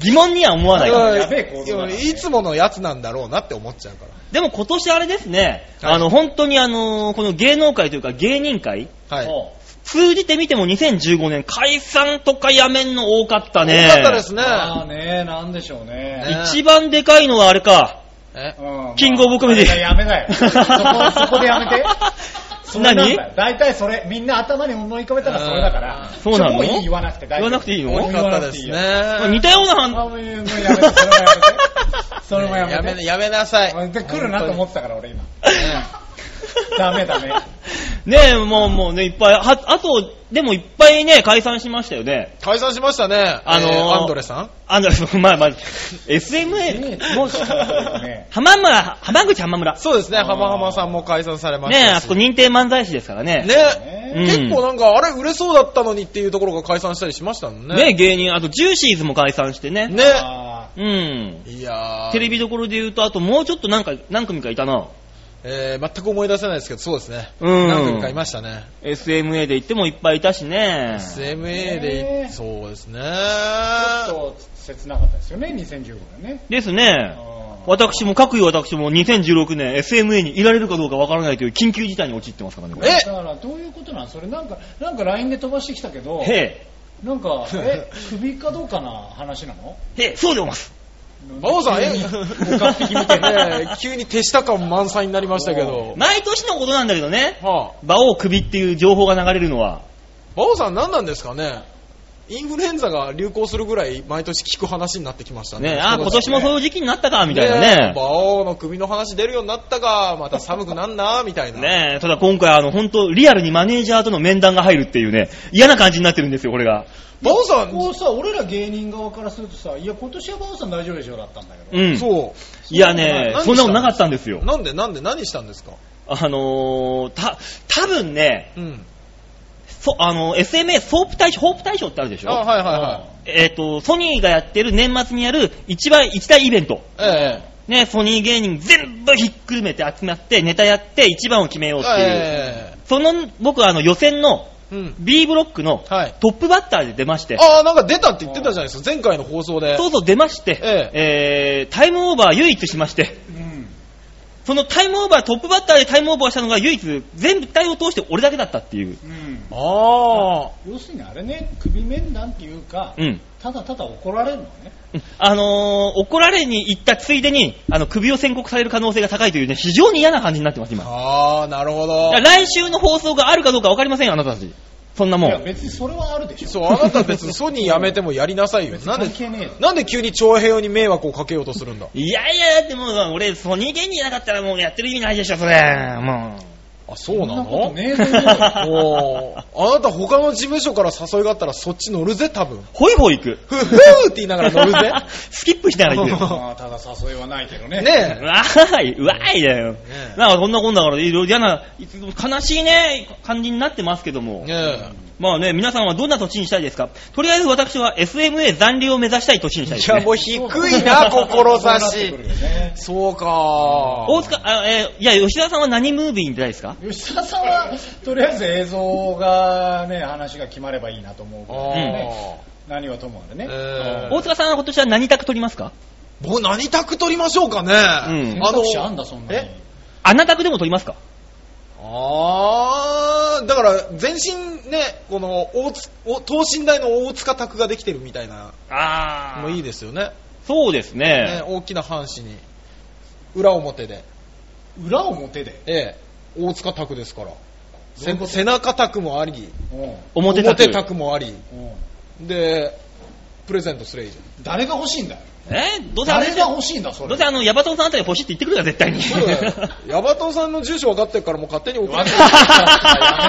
[SPEAKER 1] 疑問には思わないから。
[SPEAKER 3] やべえ行動だな
[SPEAKER 2] うんいつものやつなんだろうなって思っちゃうから。
[SPEAKER 1] でも今年あれですね、
[SPEAKER 2] はい
[SPEAKER 1] あの、本当にあのーこの芸能界というか芸人界、
[SPEAKER 2] はい。よ
[SPEAKER 3] そ
[SPEAKER 1] 通じてみても2015年解散とかやめんの多かったね。
[SPEAKER 2] かったです
[SPEAKER 3] う
[SPEAKER 2] ね。
[SPEAKER 3] まあねなんでしょうね
[SPEAKER 2] ね
[SPEAKER 1] 一番でかいのはあれか。
[SPEAKER 2] え
[SPEAKER 3] うん
[SPEAKER 1] キングオブコメディ
[SPEAKER 3] まあやめなよそこそこでやめてそれなんだよ。大体それ、みんな頭に思い浮かべたらそれだから。
[SPEAKER 1] そうなの
[SPEAKER 3] もういい言わなくて大丈
[SPEAKER 1] 言わ
[SPEAKER 3] 夫。
[SPEAKER 1] なくていいの
[SPEAKER 2] 多かったですね。
[SPEAKER 1] まあ似たような
[SPEAKER 3] あ、
[SPEAKER 1] 反
[SPEAKER 3] もうやめて、それもやめて。
[SPEAKER 2] や
[SPEAKER 3] そ
[SPEAKER 2] め
[SPEAKER 3] れもやめて。
[SPEAKER 2] なやめなさい。
[SPEAKER 3] で来るなと思ってたから俺今。
[SPEAKER 2] ね
[SPEAKER 3] ダメダメ。
[SPEAKER 1] ねえ、もうもうね、いっぱい、はあと、でもいっぱいね、解散しましたよね。
[SPEAKER 2] 解散しましたね。
[SPEAKER 1] あのー
[SPEAKER 2] えーアンドレさん
[SPEAKER 1] あの、まあまあ、
[SPEAKER 3] ね
[SPEAKER 1] SMA、もう、
[SPEAKER 3] ね
[SPEAKER 1] 浜村、浜口浜村。ね
[SPEAKER 2] そうですね、浜浜さんも解散されまし
[SPEAKER 1] え、
[SPEAKER 2] た
[SPEAKER 1] あ
[SPEAKER 2] し。
[SPEAKER 1] そこ認定漫才師ですからね。
[SPEAKER 2] ね
[SPEAKER 1] うん
[SPEAKER 2] 結構なんか、あれ売れそうだったのにっていうところが解散したりしましたもん
[SPEAKER 1] ね
[SPEAKER 2] ね。
[SPEAKER 1] え、芸人、あと、ジューシーズも解散してね。
[SPEAKER 2] ね
[SPEAKER 3] あ
[SPEAKER 1] うん。
[SPEAKER 2] いやー
[SPEAKER 1] テレビどころで言うと、あともうちょっとなんか、何組かいたな。
[SPEAKER 2] えー、全く思い出せないですけど、そうですね。
[SPEAKER 1] うん
[SPEAKER 2] 何組かいましたね。
[SPEAKER 1] SMA で言ってもいっぱいいたしね。
[SPEAKER 2] SMA で
[SPEAKER 3] ね、
[SPEAKER 2] そうですね。
[SPEAKER 3] ーちょっと切なかったですよね、2015年ね。
[SPEAKER 1] ですね。
[SPEAKER 3] うん
[SPEAKER 1] 私も、各位私も2016年 SMA にいられるかどうかわからないという緊急事態に陥ってますからね。これ
[SPEAKER 2] え
[SPEAKER 3] だからどういうことなんそれなんか、なんか LINE で飛ばしてきたけど、
[SPEAKER 1] へ
[SPEAKER 3] なんか、え、首かどうかな話なの
[SPEAKER 1] え、へえ、そうでおます。
[SPEAKER 2] 馬王さん、え、
[SPEAKER 3] 互角的みたいな
[SPEAKER 2] ね急に手下感満載になりましたけど。
[SPEAKER 1] 毎年のことなんだけどね。
[SPEAKER 2] はあ、
[SPEAKER 1] 馬王首っていう情報が流れるのは。
[SPEAKER 2] 馬王さん何なんですかねインフルエンザが流行するぐらい毎年聞く話になってきましたね。
[SPEAKER 1] ねあ、今年もそういう時期になったか、みたいな
[SPEAKER 2] ね
[SPEAKER 1] ね。
[SPEAKER 2] 馬王の首の話出るようになったか、また寒くなんな、みたいな。
[SPEAKER 1] ねただ今回、あの、本当リアルにマネージャーとの面談が入るっていうね、嫌な感じになってるんですよ、これが。
[SPEAKER 2] 馬王さん、
[SPEAKER 3] こうさ、俺ら芸人側からするとさ、いや、今年はバオさん大丈夫でしょだったんだけど。
[SPEAKER 1] うん。
[SPEAKER 2] そ
[SPEAKER 1] いやね、そ
[SPEAKER 2] そ
[SPEAKER 1] んなこ
[SPEAKER 2] んなことと
[SPEAKER 1] な
[SPEAKER 2] な
[SPEAKER 1] か
[SPEAKER 2] か
[SPEAKER 1] ったんですよ
[SPEAKER 2] う。。なんで、なんで、何したんですか
[SPEAKER 1] あのー、た、多分ね、
[SPEAKER 2] うん。
[SPEAKER 1] そ、あの、SMA ソープ大賞、ホープ大賞ってあるでし
[SPEAKER 2] あ、
[SPEAKER 1] ょ
[SPEAKER 2] はいはいは
[SPEAKER 1] えっ、と、ソニーがやってる年末にやる一番一大イベント。
[SPEAKER 2] い。え
[SPEAKER 1] ね、ソニー芸人全部ひっくるめて集まって、ネタやって一番を決めよう
[SPEAKER 2] え
[SPEAKER 1] っていう。
[SPEAKER 2] え
[SPEAKER 1] その、僕はあの予選の
[SPEAKER 2] えうん。
[SPEAKER 1] B ブロックの
[SPEAKER 2] はい。
[SPEAKER 1] トップバッターで出まして、
[SPEAKER 2] ああ、なんか出たって言ってたじゃないですか、前回の放送で。
[SPEAKER 1] そうそう出まして、
[SPEAKER 2] え
[SPEAKER 1] えータイムオーバー唯一しまして、
[SPEAKER 3] うん。
[SPEAKER 1] そのタイムオーバー、トップバッターでタイムオーバーしたのが唯一、全部体を通して俺だけだったっていう。
[SPEAKER 3] うん。
[SPEAKER 2] ああ。
[SPEAKER 3] 要するにあれね、首面談っていうか、
[SPEAKER 1] うん。
[SPEAKER 3] ただただ怒られるのね。
[SPEAKER 1] あのー怒られに行ったついでに、あの、首を宣告される可能性が高いというね、非常に嫌な感じになってます、今。
[SPEAKER 2] ああ、なるほど
[SPEAKER 1] だから。来週の放送があるかどうか分かりませんよ、あなたたち。そんないも
[SPEAKER 3] や、
[SPEAKER 1] ん。
[SPEAKER 3] 別にそれはあるでしょ。
[SPEAKER 2] そう、あなた別にソニー辞めてもやりなさいよ。なんで
[SPEAKER 3] 関、係ねえよ。
[SPEAKER 2] なんで急に長平洋に迷惑をかけようとするんだ。
[SPEAKER 1] いやいや、だってもう、俺、ソニー芸人じゃなかったらもうやってる意味ないでしょ、それ。も
[SPEAKER 2] あ、そう
[SPEAKER 3] そ
[SPEAKER 2] なん
[SPEAKER 3] なこと
[SPEAKER 2] の
[SPEAKER 3] ねえと思うよ
[SPEAKER 2] おーあなた他の事務所から誘いがあったらそっち乗るぜ、多分
[SPEAKER 1] う。。ほいほい行く。
[SPEAKER 2] ふ、ふーって言いながら乗る ぜ。
[SPEAKER 1] スキップしながら行くよ。
[SPEAKER 3] まあ、ただ誘いはないけどね。
[SPEAKER 1] う
[SPEAKER 2] ね
[SPEAKER 1] わーい、うわーいだよ。
[SPEAKER 2] え。ね
[SPEAKER 1] なんかそんなこんなから、いろいろ嫌な、悲しいね、感じになってますけど
[SPEAKER 2] え。
[SPEAKER 1] も。
[SPEAKER 2] ね
[SPEAKER 1] まあね、皆さんはどんな土地にしたいですかとりあえず私は SMA 残留を目指したい土地にした
[SPEAKER 2] え。
[SPEAKER 1] い
[SPEAKER 2] い
[SPEAKER 1] です、ね。
[SPEAKER 2] や、もう低い な、志。
[SPEAKER 3] 吉
[SPEAKER 2] そうか
[SPEAKER 1] 大塚、あえーいや、吉田さんは何ムービーに出たいですか
[SPEAKER 3] 田さんは、とりあえず映像がね、話が決まればいいなと思うけ
[SPEAKER 2] あ
[SPEAKER 3] ど
[SPEAKER 2] ー
[SPEAKER 3] ね。何はともあれね。
[SPEAKER 2] えー
[SPEAKER 1] 大塚さんは今年は何択取りますか
[SPEAKER 2] 僕何択取りましょうかね。
[SPEAKER 1] うん
[SPEAKER 3] 選択肢あんだ、そんなに
[SPEAKER 2] え。
[SPEAKER 1] 穴択でも取りますか
[SPEAKER 2] あー、だから全身ね、この大津お等身大の大塚卓ができてるみたいな
[SPEAKER 1] あ
[SPEAKER 2] のもいいですよね。
[SPEAKER 1] そうですね。
[SPEAKER 2] ね大きな半紙に、裏表で、
[SPEAKER 3] 裏表で。
[SPEAKER 2] ええ、大塚卓ですから。
[SPEAKER 3] どうい
[SPEAKER 2] せ
[SPEAKER 3] うこと
[SPEAKER 2] 背中卓もあり、
[SPEAKER 3] うん
[SPEAKER 1] 表卓。
[SPEAKER 2] 卓もあり、
[SPEAKER 3] うん
[SPEAKER 2] で、プレゼントすれいいじ
[SPEAKER 3] 誰が欲しいんだよ。
[SPEAKER 1] えーどうせあれ
[SPEAKER 3] 誰
[SPEAKER 1] です
[SPEAKER 3] が
[SPEAKER 1] よ
[SPEAKER 3] 欲しいんだ、そ
[SPEAKER 1] ど
[SPEAKER 3] れ
[SPEAKER 1] うせ。あの、ヤバトンさんあたり欲しいって言ってくるから、絶対に。
[SPEAKER 2] ゃ ん。 ヤバトンさんの住所分かってるからもう勝手に送
[SPEAKER 3] わ
[SPEAKER 2] って。
[SPEAKER 3] やめ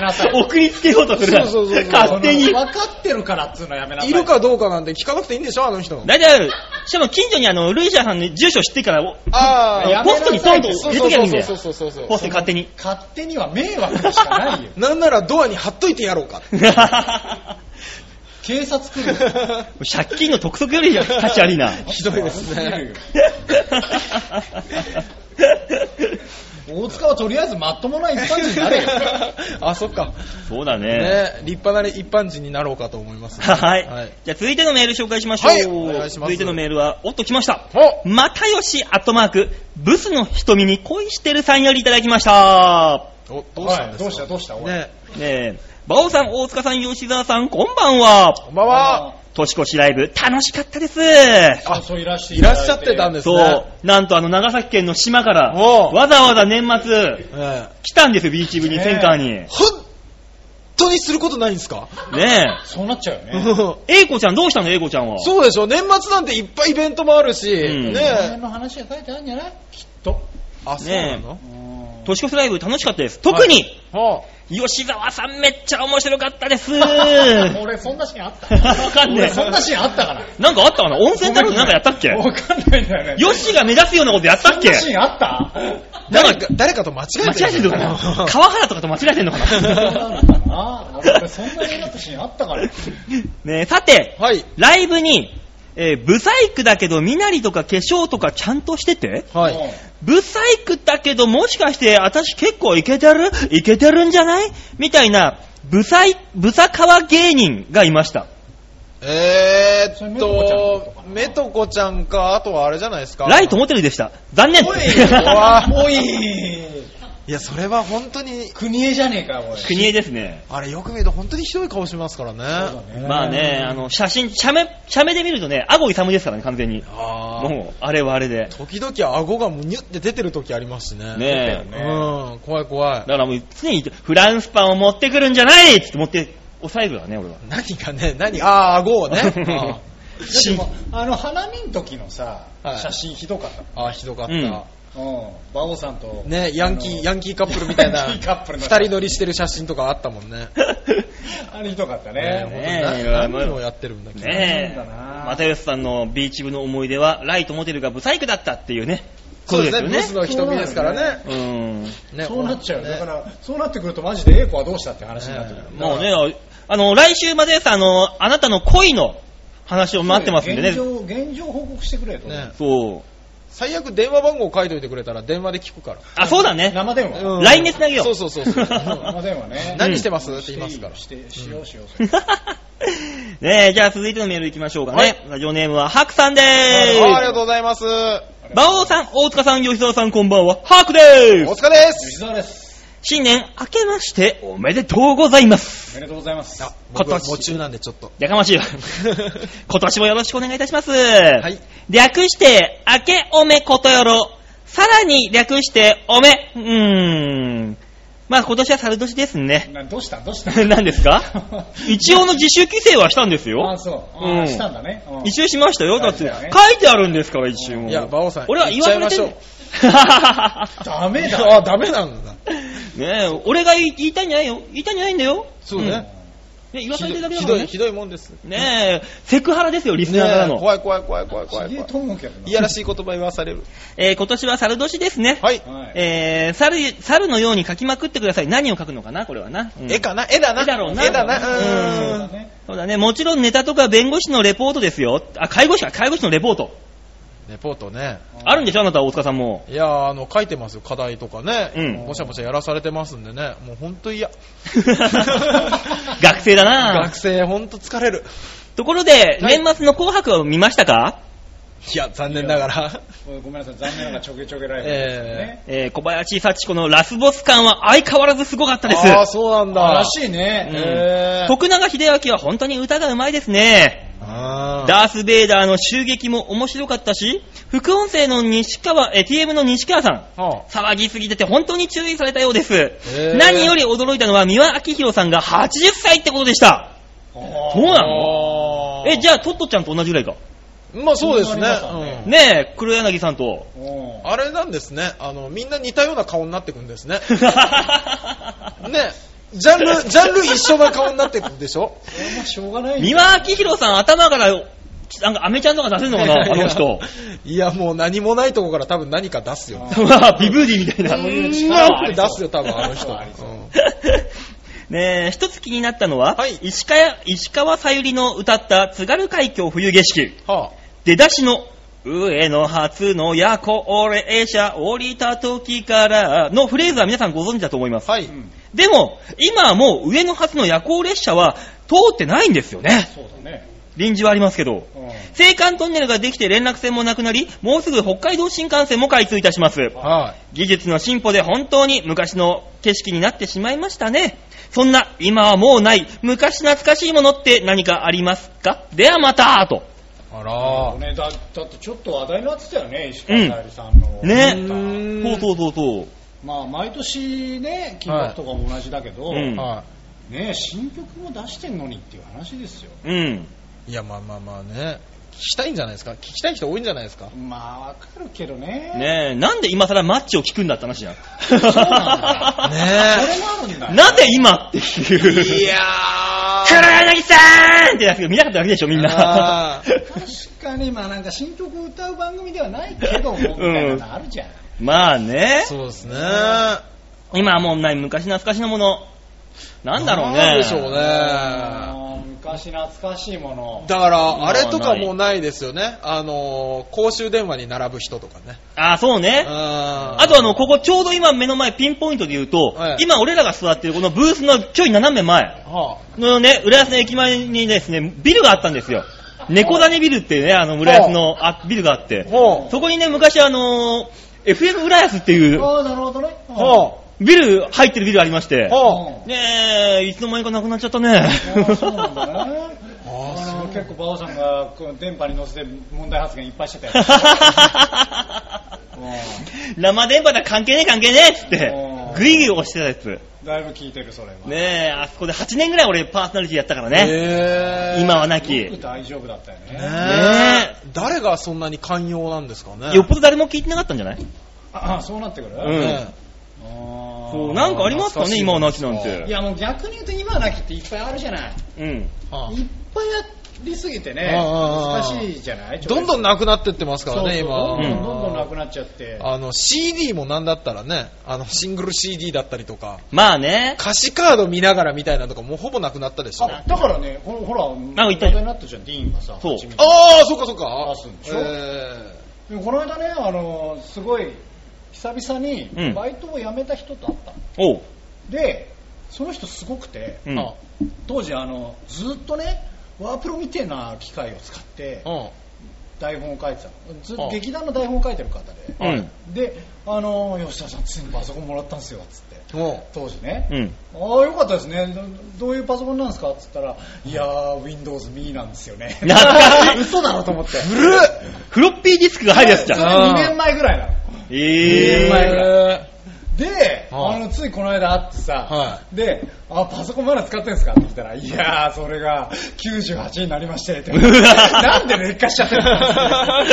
[SPEAKER 3] なさい
[SPEAKER 1] 送りつけようとするから
[SPEAKER 2] そうそうそうそう
[SPEAKER 1] 勝手に
[SPEAKER 3] 分。かってるからっつうのはやめなさい。
[SPEAKER 2] いるかどうかなんて聞かなくていいんでしょ、あの人。
[SPEAKER 1] 大体ある。しかも近所にあの、ルイジャーさんの住所知ってから、お
[SPEAKER 2] あ
[SPEAKER 3] や
[SPEAKER 2] あ、
[SPEAKER 1] ポストにトンと
[SPEAKER 2] そう
[SPEAKER 1] 入れ
[SPEAKER 2] そ
[SPEAKER 1] ときゃ
[SPEAKER 2] う
[SPEAKER 1] い
[SPEAKER 2] そ
[SPEAKER 1] いんだ
[SPEAKER 2] う
[SPEAKER 1] よ
[SPEAKER 2] そ。うそうそうそう。
[SPEAKER 1] ポストに勝手に。
[SPEAKER 3] 勝手には迷惑でしかないよ
[SPEAKER 2] なんならドアに貼っといてやろうか。
[SPEAKER 3] 警察来るよ。
[SPEAKER 1] 借金の督促より価値ありな。
[SPEAKER 2] ひどいですね。
[SPEAKER 3] 大塚はとりあえずまっともな一般人になれよ。
[SPEAKER 2] あ、そっか。
[SPEAKER 1] そうだね。
[SPEAKER 2] ね、立派な一般人になろうかと思いますね。
[SPEAKER 1] はい、
[SPEAKER 2] はい。
[SPEAKER 1] じゃあ続いてのメール紹介しましょう。
[SPEAKER 2] はいお願いします
[SPEAKER 1] 続いてのメールは、おっと来ました。
[SPEAKER 2] お
[SPEAKER 1] またよし、アットマーク、ブスの瞳に恋してるさんよりいただきました。
[SPEAKER 2] おどうしたん
[SPEAKER 3] はい
[SPEAKER 2] ですか
[SPEAKER 3] どうしたどうしたおい
[SPEAKER 2] ね
[SPEAKER 1] ねえ、馬王さん、大塚さん、吉沢さん、こんばんは。
[SPEAKER 2] こんばんは。
[SPEAKER 1] 年越しライブ、楽しかったです。
[SPEAKER 2] あ
[SPEAKER 3] そうそういらして
[SPEAKER 2] いらっしゃってたんですね。
[SPEAKER 1] そう、なんとあの、長崎県の島から、
[SPEAKER 2] おう
[SPEAKER 1] わざわざ年末、
[SPEAKER 2] ええ
[SPEAKER 1] 来たんですよ、ビーチ部に、
[SPEAKER 3] ねえ
[SPEAKER 1] センターに。ね
[SPEAKER 2] 本当にすることないんですか
[SPEAKER 1] え。
[SPEAKER 3] そうなっちゃうよね。
[SPEAKER 1] 英子ちゃん、どうしたの、英子ちゃんは。
[SPEAKER 2] そうでしょ年末なんていっぱいイベントもあるし、
[SPEAKER 1] うん
[SPEAKER 2] ね
[SPEAKER 3] この辺
[SPEAKER 2] え
[SPEAKER 3] の話が書いてあるんじゃないきっと。
[SPEAKER 2] あ、そうなの、
[SPEAKER 3] うん
[SPEAKER 1] 年越しライブ、楽しかったです。特に、
[SPEAKER 2] は
[SPEAKER 1] 吉沢さん、めっちゃ面白かったです。
[SPEAKER 3] 俺そんなシーンあった
[SPEAKER 1] わかんねえ
[SPEAKER 3] 俺そんなシーンあったから。
[SPEAKER 1] なんかあったかな温泉太郎でなんかやったっけ
[SPEAKER 3] わかんないんだよね。
[SPEAKER 1] ヨッシーが目指すようなことやったっ
[SPEAKER 3] そん
[SPEAKER 1] け
[SPEAKER 3] なシーン あった
[SPEAKER 2] あ、誰か誰かと間違
[SPEAKER 1] 間
[SPEAKER 2] えて
[SPEAKER 1] 違えてるのか な川原とかと間違えてるのか
[SPEAKER 3] そんな
[SPEAKER 1] な
[SPEAKER 3] のか な俺そんなになったシーンあったから。
[SPEAKER 1] ねえさて、
[SPEAKER 2] はい。
[SPEAKER 1] ライブに、えー、ブサイクだけど、身なりとか化粧とかちゃんとしてて
[SPEAKER 2] はい。
[SPEAKER 1] ブサイクだけど、もしかして、私結構イケてるイケてるんじゃないみたいな、ブサイ、ブサカワ芸人がいました。
[SPEAKER 2] え
[SPEAKER 3] それ
[SPEAKER 2] ーっ
[SPEAKER 3] メトコちゃん
[SPEAKER 2] メトコちゃん
[SPEAKER 3] のこととか、な
[SPEAKER 2] か、あとはあれじゃないですか。
[SPEAKER 1] ライトモテルでした。残念。
[SPEAKER 2] おい怖
[SPEAKER 3] うんおい
[SPEAKER 2] いや、それは本当に、
[SPEAKER 3] 国枝じゃねえか、おい。
[SPEAKER 1] 国枝ですね。
[SPEAKER 2] あれよく見ると本当にひどい顔しますからね。
[SPEAKER 3] そうだ
[SPEAKER 1] まあね、あの、写真、写メ、写メで見るとね、顎勇むですからね、完全に。
[SPEAKER 2] あー
[SPEAKER 1] もう、あれはあれで。
[SPEAKER 2] 時々顎がもうニュって出てる時ありますしね。
[SPEAKER 1] ねえ。
[SPEAKER 2] う
[SPEAKER 3] え
[SPEAKER 2] ん、怖い怖い
[SPEAKER 1] だ。からもう常にフランスパンを持ってくるんじゃないっつって持って、抑えるわね、俺 は。
[SPEAKER 2] 何かね、何、ああ、顎 をね。
[SPEAKER 3] でも、あの、花見の時のさ、
[SPEAKER 2] はい
[SPEAKER 3] 写真ひどかった。
[SPEAKER 2] ああー、ひどかった。
[SPEAKER 1] うん
[SPEAKER 3] うん。馬王さんと。
[SPEAKER 2] ね、ヤンキー、ヤンキーカップルみたいな、
[SPEAKER 3] ヤンキーカップルの
[SPEAKER 2] 二人乗りしてる写真とかあったもんね。
[SPEAKER 3] あれひどかった
[SPEAKER 2] ね
[SPEAKER 3] ね。
[SPEAKER 1] え
[SPEAKER 2] 本当に
[SPEAKER 1] いや
[SPEAKER 2] 何何をやってるんだっけ、
[SPEAKER 1] ねえ
[SPEAKER 3] そうだな。
[SPEAKER 1] 又吉さんのビーチ部の思い出は、ライトモテルがブサイクだったっていうね。
[SPEAKER 2] そうですね、
[SPEAKER 1] こと
[SPEAKER 2] ブ
[SPEAKER 1] で
[SPEAKER 2] ス
[SPEAKER 1] すよ
[SPEAKER 2] の瞳ですからね。
[SPEAKER 1] うん。
[SPEAKER 2] ね
[SPEAKER 3] そうなっちゃうよ。
[SPEAKER 2] ね
[SPEAKER 3] だから、そうなってくるとマジで英子はどうしたって話になってくる。
[SPEAKER 1] もうね、あの、来週又吉さん、あの、あなたの恋の話を待ってますんでね
[SPEAKER 3] 現。状、現状報告してくれと。
[SPEAKER 2] ね
[SPEAKER 1] そう。
[SPEAKER 2] 最悪電話番号書いといてくれたら電話で聞くから。
[SPEAKER 1] あ、そうだね。
[SPEAKER 3] 生電話。
[SPEAKER 2] うん
[SPEAKER 1] LINE でつなげよう
[SPEAKER 2] そうそうそうそう。
[SPEAKER 3] 生電話ね。
[SPEAKER 2] 何してますって言いますから。
[SPEAKER 3] して、しようしよう。
[SPEAKER 1] ねえ、じゃあ続いてのメールいきましょうかね。
[SPEAKER 2] はい
[SPEAKER 1] ラジオネームは、ハクさんで
[SPEAKER 2] あありがとう
[SPEAKER 1] ー
[SPEAKER 2] ございます。お
[SPEAKER 1] す。馬王さん、大塚さん、吉沢さん、こんばんは。ハクでーす。
[SPEAKER 2] 疲れで
[SPEAKER 3] 吉
[SPEAKER 2] す。
[SPEAKER 3] 沢です。
[SPEAKER 1] 新年明けましておめでとうございます。
[SPEAKER 3] おめでとうございます。
[SPEAKER 2] あ、
[SPEAKER 1] 今
[SPEAKER 2] 僕
[SPEAKER 1] 年
[SPEAKER 2] 夢中なんでちょっと。。
[SPEAKER 1] やかましいわ。今年もよろしくお願いいたします。はい略して、明けおめことよろ。さらに略して、おめ。うーん。まあ今年は猿年ですね。
[SPEAKER 3] などうしたどうし た
[SPEAKER 1] 何ですか一応の自主規制はしたんです
[SPEAKER 3] あ、
[SPEAKER 1] よ。
[SPEAKER 3] そう。
[SPEAKER 1] う
[SPEAKER 3] あ
[SPEAKER 1] ん
[SPEAKER 3] したんだね。うん
[SPEAKER 1] 一応しましたよ。だって、
[SPEAKER 3] 大事
[SPEAKER 1] 書
[SPEAKER 3] だよね
[SPEAKER 1] いてあるんですから、一応。
[SPEAKER 2] いや馬王さん
[SPEAKER 1] 俺は言わされて
[SPEAKER 2] 言っ
[SPEAKER 1] る
[SPEAKER 2] ち。
[SPEAKER 3] ダメだ。
[SPEAKER 2] あ、ダメなんだ。
[SPEAKER 1] ねえ、俺が言い言いたいんじゃないよ。言いたいんじゃないんだよ。
[SPEAKER 2] そうね。
[SPEAKER 1] ん。ね、言わさ
[SPEAKER 2] ひ
[SPEAKER 1] れてるだ
[SPEAKER 2] ど
[SPEAKER 1] けだ
[SPEAKER 2] いひ
[SPEAKER 1] か
[SPEAKER 2] ど
[SPEAKER 1] ら
[SPEAKER 2] い、
[SPEAKER 1] ね。
[SPEAKER 2] ひどいもんです。
[SPEAKER 1] ねえ、セクハラですよ、リス
[SPEAKER 2] ね
[SPEAKER 1] ナーから
[SPEAKER 2] え
[SPEAKER 1] の。
[SPEAKER 2] 怖い怖い怖い怖い怖
[SPEAKER 3] す
[SPEAKER 2] い
[SPEAKER 3] げえ
[SPEAKER 2] 怖い。
[SPEAKER 3] と思うけどない
[SPEAKER 2] やらしい言葉言わされる。
[SPEAKER 1] えー今年は猿年ですね。
[SPEAKER 2] はい。
[SPEAKER 3] はい
[SPEAKER 1] えー、猿、猿のように描きまくってください。何を描くのかなこれはな。うん
[SPEAKER 2] 絵かな絵だな
[SPEAKER 1] 絵だろうな
[SPEAKER 2] 絵だな
[SPEAKER 1] うん
[SPEAKER 2] う
[SPEAKER 3] そ
[SPEAKER 2] ー
[SPEAKER 3] うんだね
[SPEAKER 1] そうだね。もちろんネタとか弁護士のレポートですよ。あ、介護士か、介護士のレポート。
[SPEAKER 2] レポートね。
[SPEAKER 1] あるんでしょあなた、大塚さん も。
[SPEAKER 2] いやーあの、書いてますよ、課題とかね。
[SPEAKER 1] うん
[SPEAKER 2] もしゃもしゃやらされてますんでね。もう本当嫌。
[SPEAKER 1] 学生だな
[SPEAKER 2] 学生本当疲れる。
[SPEAKER 1] ところで、
[SPEAKER 2] はい
[SPEAKER 1] 年末の紅白を見ましたか
[SPEAKER 2] いや、残念ながら。
[SPEAKER 3] ごめんなさい、残念ながらちょけちょけライブでしたね。
[SPEAKER 1] えー、小林幸子のラスボス感は相変わらずすごかったです。
[SPEAKER 2] ああ、そうなんだ。
[SPEAKER 3] あらしい
[SPEAKER 1] うん
[SPEAKER 3] ね。
[SPEAKER 2] へー
[SPEAKER 1] 徳永秀明は本当に歌が上手いですね。
[SPEAKER 2] あー
[SPEAKER 1] ダース・ベイダーの襲撃も面白かったし、副音声の西川、え、TM の西川さん、
[SPEAKER 2] は
[SPEAKER 1] 騒ぎすぎてて本当に注意されたようです
[SPEAKER 2] ー。
[SPEAKER 1] 何より驚いたのは、三輪明宏さんが80歳ってことでした。そう
[SPEAKER 3] ほ
[SPEAKER 1] な
[SPEAKER 2] あ
[SPEAKER 1] の
[SPEAKER 2] あー
[SPEAKER 1] え、じゃあ、トットちゃんと同じぐらいか。
[SPEAKER 2] まあそうですね。
[SPEAKER 3] そんなにありましたね
[SPEAKER 2] うん
[SPEAKER 1] ねえ、黒柳さん と。
[SPEAKER 3] うん
[SPEAKER 2] あれなんですね。あの、みんな似たような顔になってくんですね。ね。ジャンル、ジャンル一緒な顔になってくんでしょ
[SPEAKER 3] それもしょうがない
[SPEAKER 1] 三
[SPEAKER 3] ね。
[SPEAKER 1] 輪明宏さん頭から、なんかアメちゃんとか出せるのかな、あの 人。
[SPEAKER 2] いや、もう何もないとこから多分何か出すよ。
[SPEAKER 1] ビブーディみたいな。
[SPEAKER 3] そういう
[SPEAKER 2] う
[SPEAKER 3] 力は
[SPEAKER 2] ま
[SPEAKER 3] あ
[SPEAKER 2] く
[SPEAKER 3] り
[SPEAKER 2] 出
[SPEAKER 3] そう
[SPEAKER 2] すよ、多分あの人。
[SPEAKER 3] そうありそう
[SPEAKER 2] うん
[SPEAKER 1] ねえ、一つ気になったのは、
[SPEAKER 2] はい
[SPEAKER 1] 石川石川さゆりの歌った津軽海峡冬景色。
[SPEAKER 2] は
[SPEAKER 1] 出だしの、上野初の夜行列車降りた時からのフレーズは皆さんご存知だと思いま
[SPEAKER 2] あ、
[SPEAKER 1] す。
[SPEAKER 2] はい。
[SPEAKER 3] うん
[SPEAKER 1] でも、今はもう上野初の夜行列車は通ってないんですよね。
[SPEAKER 3] そうだね。
[SPEAKER 1] 臨時はありますけど。
[SPEAKER 3] うん
[SPEAKER 1] 青函トンネルができて連絡船もなくなり、もうすぐ北海道新幹線も開通いたします。
[SPEAKER 2] は
[SPEAKER 1] 技術の進歩で本当に昔の景色になってしまいましたね。そんな、今はもうない、昔懐かしいものって何かありますかではまたと。
[SPEAKER 2] い。あら
[SPEAKER 3] ね、だだってちょっと話題になってたよね、石川さゆりさんの、
[SPEAKER 1] ね
[SPEAKER 3] 歌
[SPEAKER 2] うーん
[SPEAKER 1] そうそうそうそう。
[SPEAKER 3] まあ、毎年ね、金額とかも同じだけど、
[SPEAKER 1] はいうん
[SPEAKER 2] は
[SPEAKER 3] ね、新曲も出してんのにっていう話ですよ。
[SPEAKER 1] うん。
[SPEAKER 2] い。いや、まあまあまあね。聞きたいんじゃないですか聞きたい人多いんじゃないですか
[SPEAKER 3] まあ、わかるけどね。
[SPEAKER 1] ねえ、なんで今更マッチを聞くんだって話じゃん。
[SPEAKER 3] そう なんだ。
[SPEAKER 2] ねえ
[SPEAKER 3] それもあるんだよ。
[SPEAKER 1] なぜ今っていう。
[SPEAKER 2] いや
[SPEAKER 1] 黒柳さーんってやつが見なかったわけでしょ、みんな
[SPEAKER 2] あ。
[SPEAKER 3] 確かに、まあなんか新曲を歌う番組ではないけども、みたいなのあるじゃん。
[SPEAKER 1] まあね
[SPEAKER 2] ー。。そうですね。
[SPEAKER 1] 今はもうない昔懐かしのもの。なんだろうね。
[SPEAKER 2] なんでしょうね。だ
[SPEAKER 3] あの昔懐かしいもの。
[SPEAKER 2] から、あれとかもうないですよね。あのー、公衆電話に並ぶ人とかね。
[SPEAKER 1] あ、そうね。
[SPEAKER 2] あ
[SPEAKER 1] あとあの、ここちょうど今目の前ピンポイントで言うと、
[SPEAKER 2] はい
[SPEAKER 1] 今俺らが座ってるこのブースのちょい斜め前
[SPEAKER 2] は
[SPEAKER 1] のね、浦安の駅前にですね、ビルがあったんですよ。猫谷ビルっていうね、あの、浦安のあビルがあって
[SPEAKER 2] あ、ほ
[SPEAKER 1] そこにね、昔あのー FM 浦安っていう
[SPEAKER 3] ああ、なるほどね。
[SPEAKER 2] う。ほ
[SPEAKER 1] ビル、入ってるビルありまして
[SPEAKER 2] う。、ほう。
[SPEAKER 1] ねえ、いつの間にかなくなっちゃったね
[SPEAKER 3] あ。そうなん だね。
[SPEAKER 2] あー
[SPEAKER 3] あ
[SPEAKER 2] そう
[SPEAKER 3] の結構、馬王さんがこの電波に乗せて問題発言いっぱいしてたよ。う
[SPEAKER 1] 生電波だ関係ねえ関係ねえっつって
[SPEAKER 3] うん、
[SPEAKER 1] グイグイ押してたやつ。
[SPEAKER 3] んだいぶ聞いてる、それは。
[SPEAKER 1] ねえ、あそこで8年ぐらい俺パーソナリティやったからね。
[SPEAKER 2] へー
[SPEAKER 1] 今はな
[SPEAKER 3] よく
[SPEAKER 1] き。
[SPEAKER 3] 大丈夫だったよね。
[SPEAKER 2] ね
[SPEAKER 1] ね
[SPEAKER 2] え誰がそんなに寛容なんですかね
[SPEAKER 1] よっぽど誰も聞いてなかったんじゃない
[SPEAKER 3] ああ、そうなってくる
[SPEAKER 1] うん
[SPEAKER 2] ね
[SPEAKER 1] そう、
[SPEAKER 3] う
[SPEAKER 1] なんかありますかね、今はなきなん
[SPEAKER 3] い
[SPEAKER 1] て。
[SPEAKER 3] やもう逆に言うと今はなきっていっぱいあるじゃない。
[SPEAKER 1] うん。
[SPEAKER 2] あ
[SPEAKER 3] いっぱいありすぎてね、
[SPEAKER 2] ああああ
[SPEAKER 3] 難しいじゃない
[SPEAKER 2] どんどん
[SPEAKER 3] な
[SPEAKER 2] なくなってってますからね、今。
[SPEAKER 3] どんどんどんどんな
[SPEAKER 2] な
[SPEAKER 3] くなっちゃって。
[SPEAKER 2] あの、CD もなんだったらね、あの、シングル CD だったりとか、
[SPEAKER 1] まあね。
[SPEAKER 2] 歌詞カード見ながらみたいなのとかもうほぼなくなったでしょ。
[SPEAKER 3] あ
[SPEAKER 2] あ
[SPEAKER 3] だからね、ほほら、
[SPEAKER 1] か言った
[SPEAKER 3] 話
[SPEAKER 1] じゃん
[SPEAKER 3] 題になったじゃん、ディーンがさ。
[SPEAKER 1] そう
[SPEAKER 3] 蜂蜜
[SPEAKER 2] あー、そっかそっか
[SPEAKER 3] 出すん。でしょ
[SPEAKER 2] え
[SPEAKER 3] でもこの間ね、あのすごい久々
[SPEAKER 1] う
[SPEAKER 3] に
[SPEAKER 1] ん
[SPEAKER 3] バイトを辞めた人と会ったの、
[SPEAKER 1] おう。
[SPEAKER 3] で、その人すごくて、
[SPEAKER 1] うん
[SPEAKER 2] あ
[SPEAKER 3] 当時あのずっとね、ワープロみたいな機械を使って
[SPEAKER 2] ーうん。
[SPEAKER 3] 台本を書いてたの。ずっ
[SPEAKER 2] あ
[SPEAKER 3] と劇団の台本を書いてる方で。
[SPEAKER 1] うん。
[SPEAKER 3] で、あの吉田さん、ついにパソコンもらったんですよ、つって。
[SPEAKER 2] もう
[SPEAKER 3] 当時ね。
[SPEAKER 1] うん。
[SPEAKER 3] ああ、よかったですね。どどういうパソコンなんですかって言ったら、いやー、Windows Me なんですよね。
[SPEAKER 1] 懐かしい
[SPEAKER 3] 嘘だろと思って。
[SPEAKER 2] 古っ
[SPEAKER 1] フロッピーディスクが入るやつじ
[SPEAKER 3] それ
[SPEAKER 1] ゃん。
[SPEAKER 3] 2年前ぐらいなの。
[SPEAKER 1] え
[SPEAKER 3] 二年前ぐら
[SPEAKER 1] え。
[SPEAKER 3] いで、
[SPEAKER 2] はい
[SPEAKER 3] あの、ついこの間会ってさ、
[SPEAKER 2] は
[SPEAKER 3] で、あ、パソコンまだ使ってんですかって言ったら、いやー、それが98になりまして、って。
[SPEAKER 1] わ
[SPEAKER 3] なんで劣化しちゃってるのわ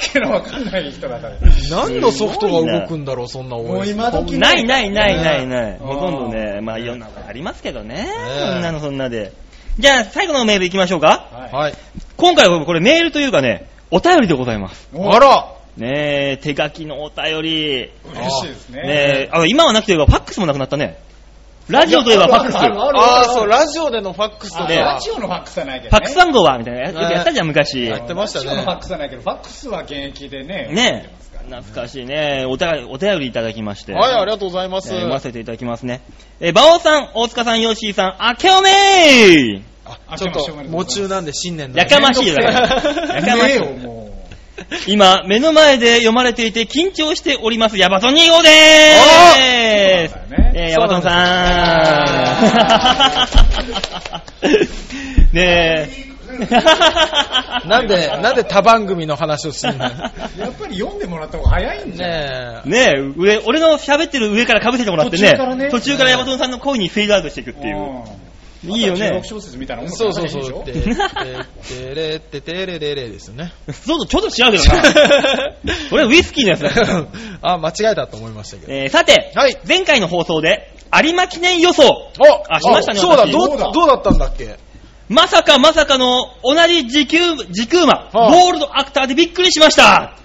[SPEAKER 3] けのわかんない人だから。
[SPEAKER 2] 何のソフトが動くんだろう、そんな
[SPEAKER 3] も
[SPEAKER 2] 多
[SPEAKER 3] う
[SPEAKER 2] い。
[SPEAKER 3] 今時
[SPEAKER 1] ないないないないない。
[SPEAKER 3] うん
[SPEAKER 1] ほとんどね、まあいろんなことありますけどね。
[SPEAKER 2] え
[SPEAKER 1] そんなのそんなで。じゃあ最後のメールいきましょうか。
[SPEAKER 3] はい。
[SPEAKER 2] はい。
[SPEAKER 1] 今回はこれメールというかね、お便りでございます。
[SPEAKER 3] お
[SPEAKER 2] あら
[SPEAKER 1] ねえ、手書きのお便り。
[SPEAKER 3] 嬉しいですね。
[SPEAKER 1] ねえ、あ今はなくといえばファックスもなくなったね。ラジオといえばファックス。
[SPEAKER 3] あるある
[SPEAKER 2] あー、そう、ラジオでのファックスと
[SPEAKER 3] あ
[SPEAKER 2] か。
[SPEAKER 1] ね
[SPEAKER 3] ラジオのファックスはないけどね。
[SPEAKER 1] ファックス暗号はみたいなやつ
[SPEAKER 2] ね
[SPEAKER 1] やったじゃん、昔。
[SPEAKER 2] やってましたね
[SPEAKER 3] ラジオのファックスはないけど、ファックスは現役でね。
[SPEAKER 1] ね
[SPEAKER 3] やってます
[SPEAKER 1] え
[SPEAKER 3] か、ら
[SPEAKER 1] 懐かしいね。お便り、お便りいただきまして。
[SPEAKER 2] はい、ありがとうございま
[SPEAKER 1] えー
[SPEAKER 2] す。
[SPEAKER 1] 読ませていただきますね。えー、馬王さん、大塚さん、ヨッシーさん、明けおめー
[SPEAKER 2] あちょっと、夢中なんで新年の
[SPEAKER 1] やかましいよ、だ から。やかましい。
[SPEAKER 3] ねえよ、もう。
[SPEAKER 1] 今、目の前で読まれていて緊張しております、ヤバトン2号でーす
[SPEAKER 3] そうだよね
[SPEAKER 1] えーヤバトンさーんねえ。
[SPEAKER 2] なん で、なんで他番組の話を するんだ
[SPEAKER 3] やっぱり読んでもらった方が早いんじゃん。
[SPEAKER 2] ねえ。
[SPEAKER 1] ねえ、上、俺の喋ってる上から被せてもらってね。
[SPEAKER 3] 途中からね
[SPEAKER 1] 途中からヤバトンさんの声にフェードアウトしていくっていう。
[SPEAKER 3] うん
[SPEAKER 1] いいよね
[SPEAKER 3] あとは16小節みたいな音楽
[SPEAKER 2] そうそうそ
[SPEAKER 3] 流れ
[SPEAKER 2] う。て、
[SPEAKER 3] てるでしょ
[SPEAKER 2] てれ、ててれれれですよね。
[SPEAKER 1] そうそう、ちょっと違うけどな。それウイスキーのやつだ。
[SPEAKER 2] あ、間違えたと思いましたけど。
[SPEAKER 1] えーさて、
[SPEAKER 2] はい
[SPEAKER 1] 前回の放送で、有馬記念予想。あ、しましたね。
[SPEAKER 2] そうだ、
[SPEAKER 1] 私
[SPEAKER 2] ど
[SPEAKER 3] そう
[SPEAKER 2] う、
[SPEAKER 3] だ
[SPEAKER 2] どうだったんだっけ
[SPEAKER 1] まさかまさかの同じ時空、時空馬、
[SPEAKER 2] あ
[SPEAKER 1] ゴールドアクターでびっくりしました。
[SPEAKER 2] あ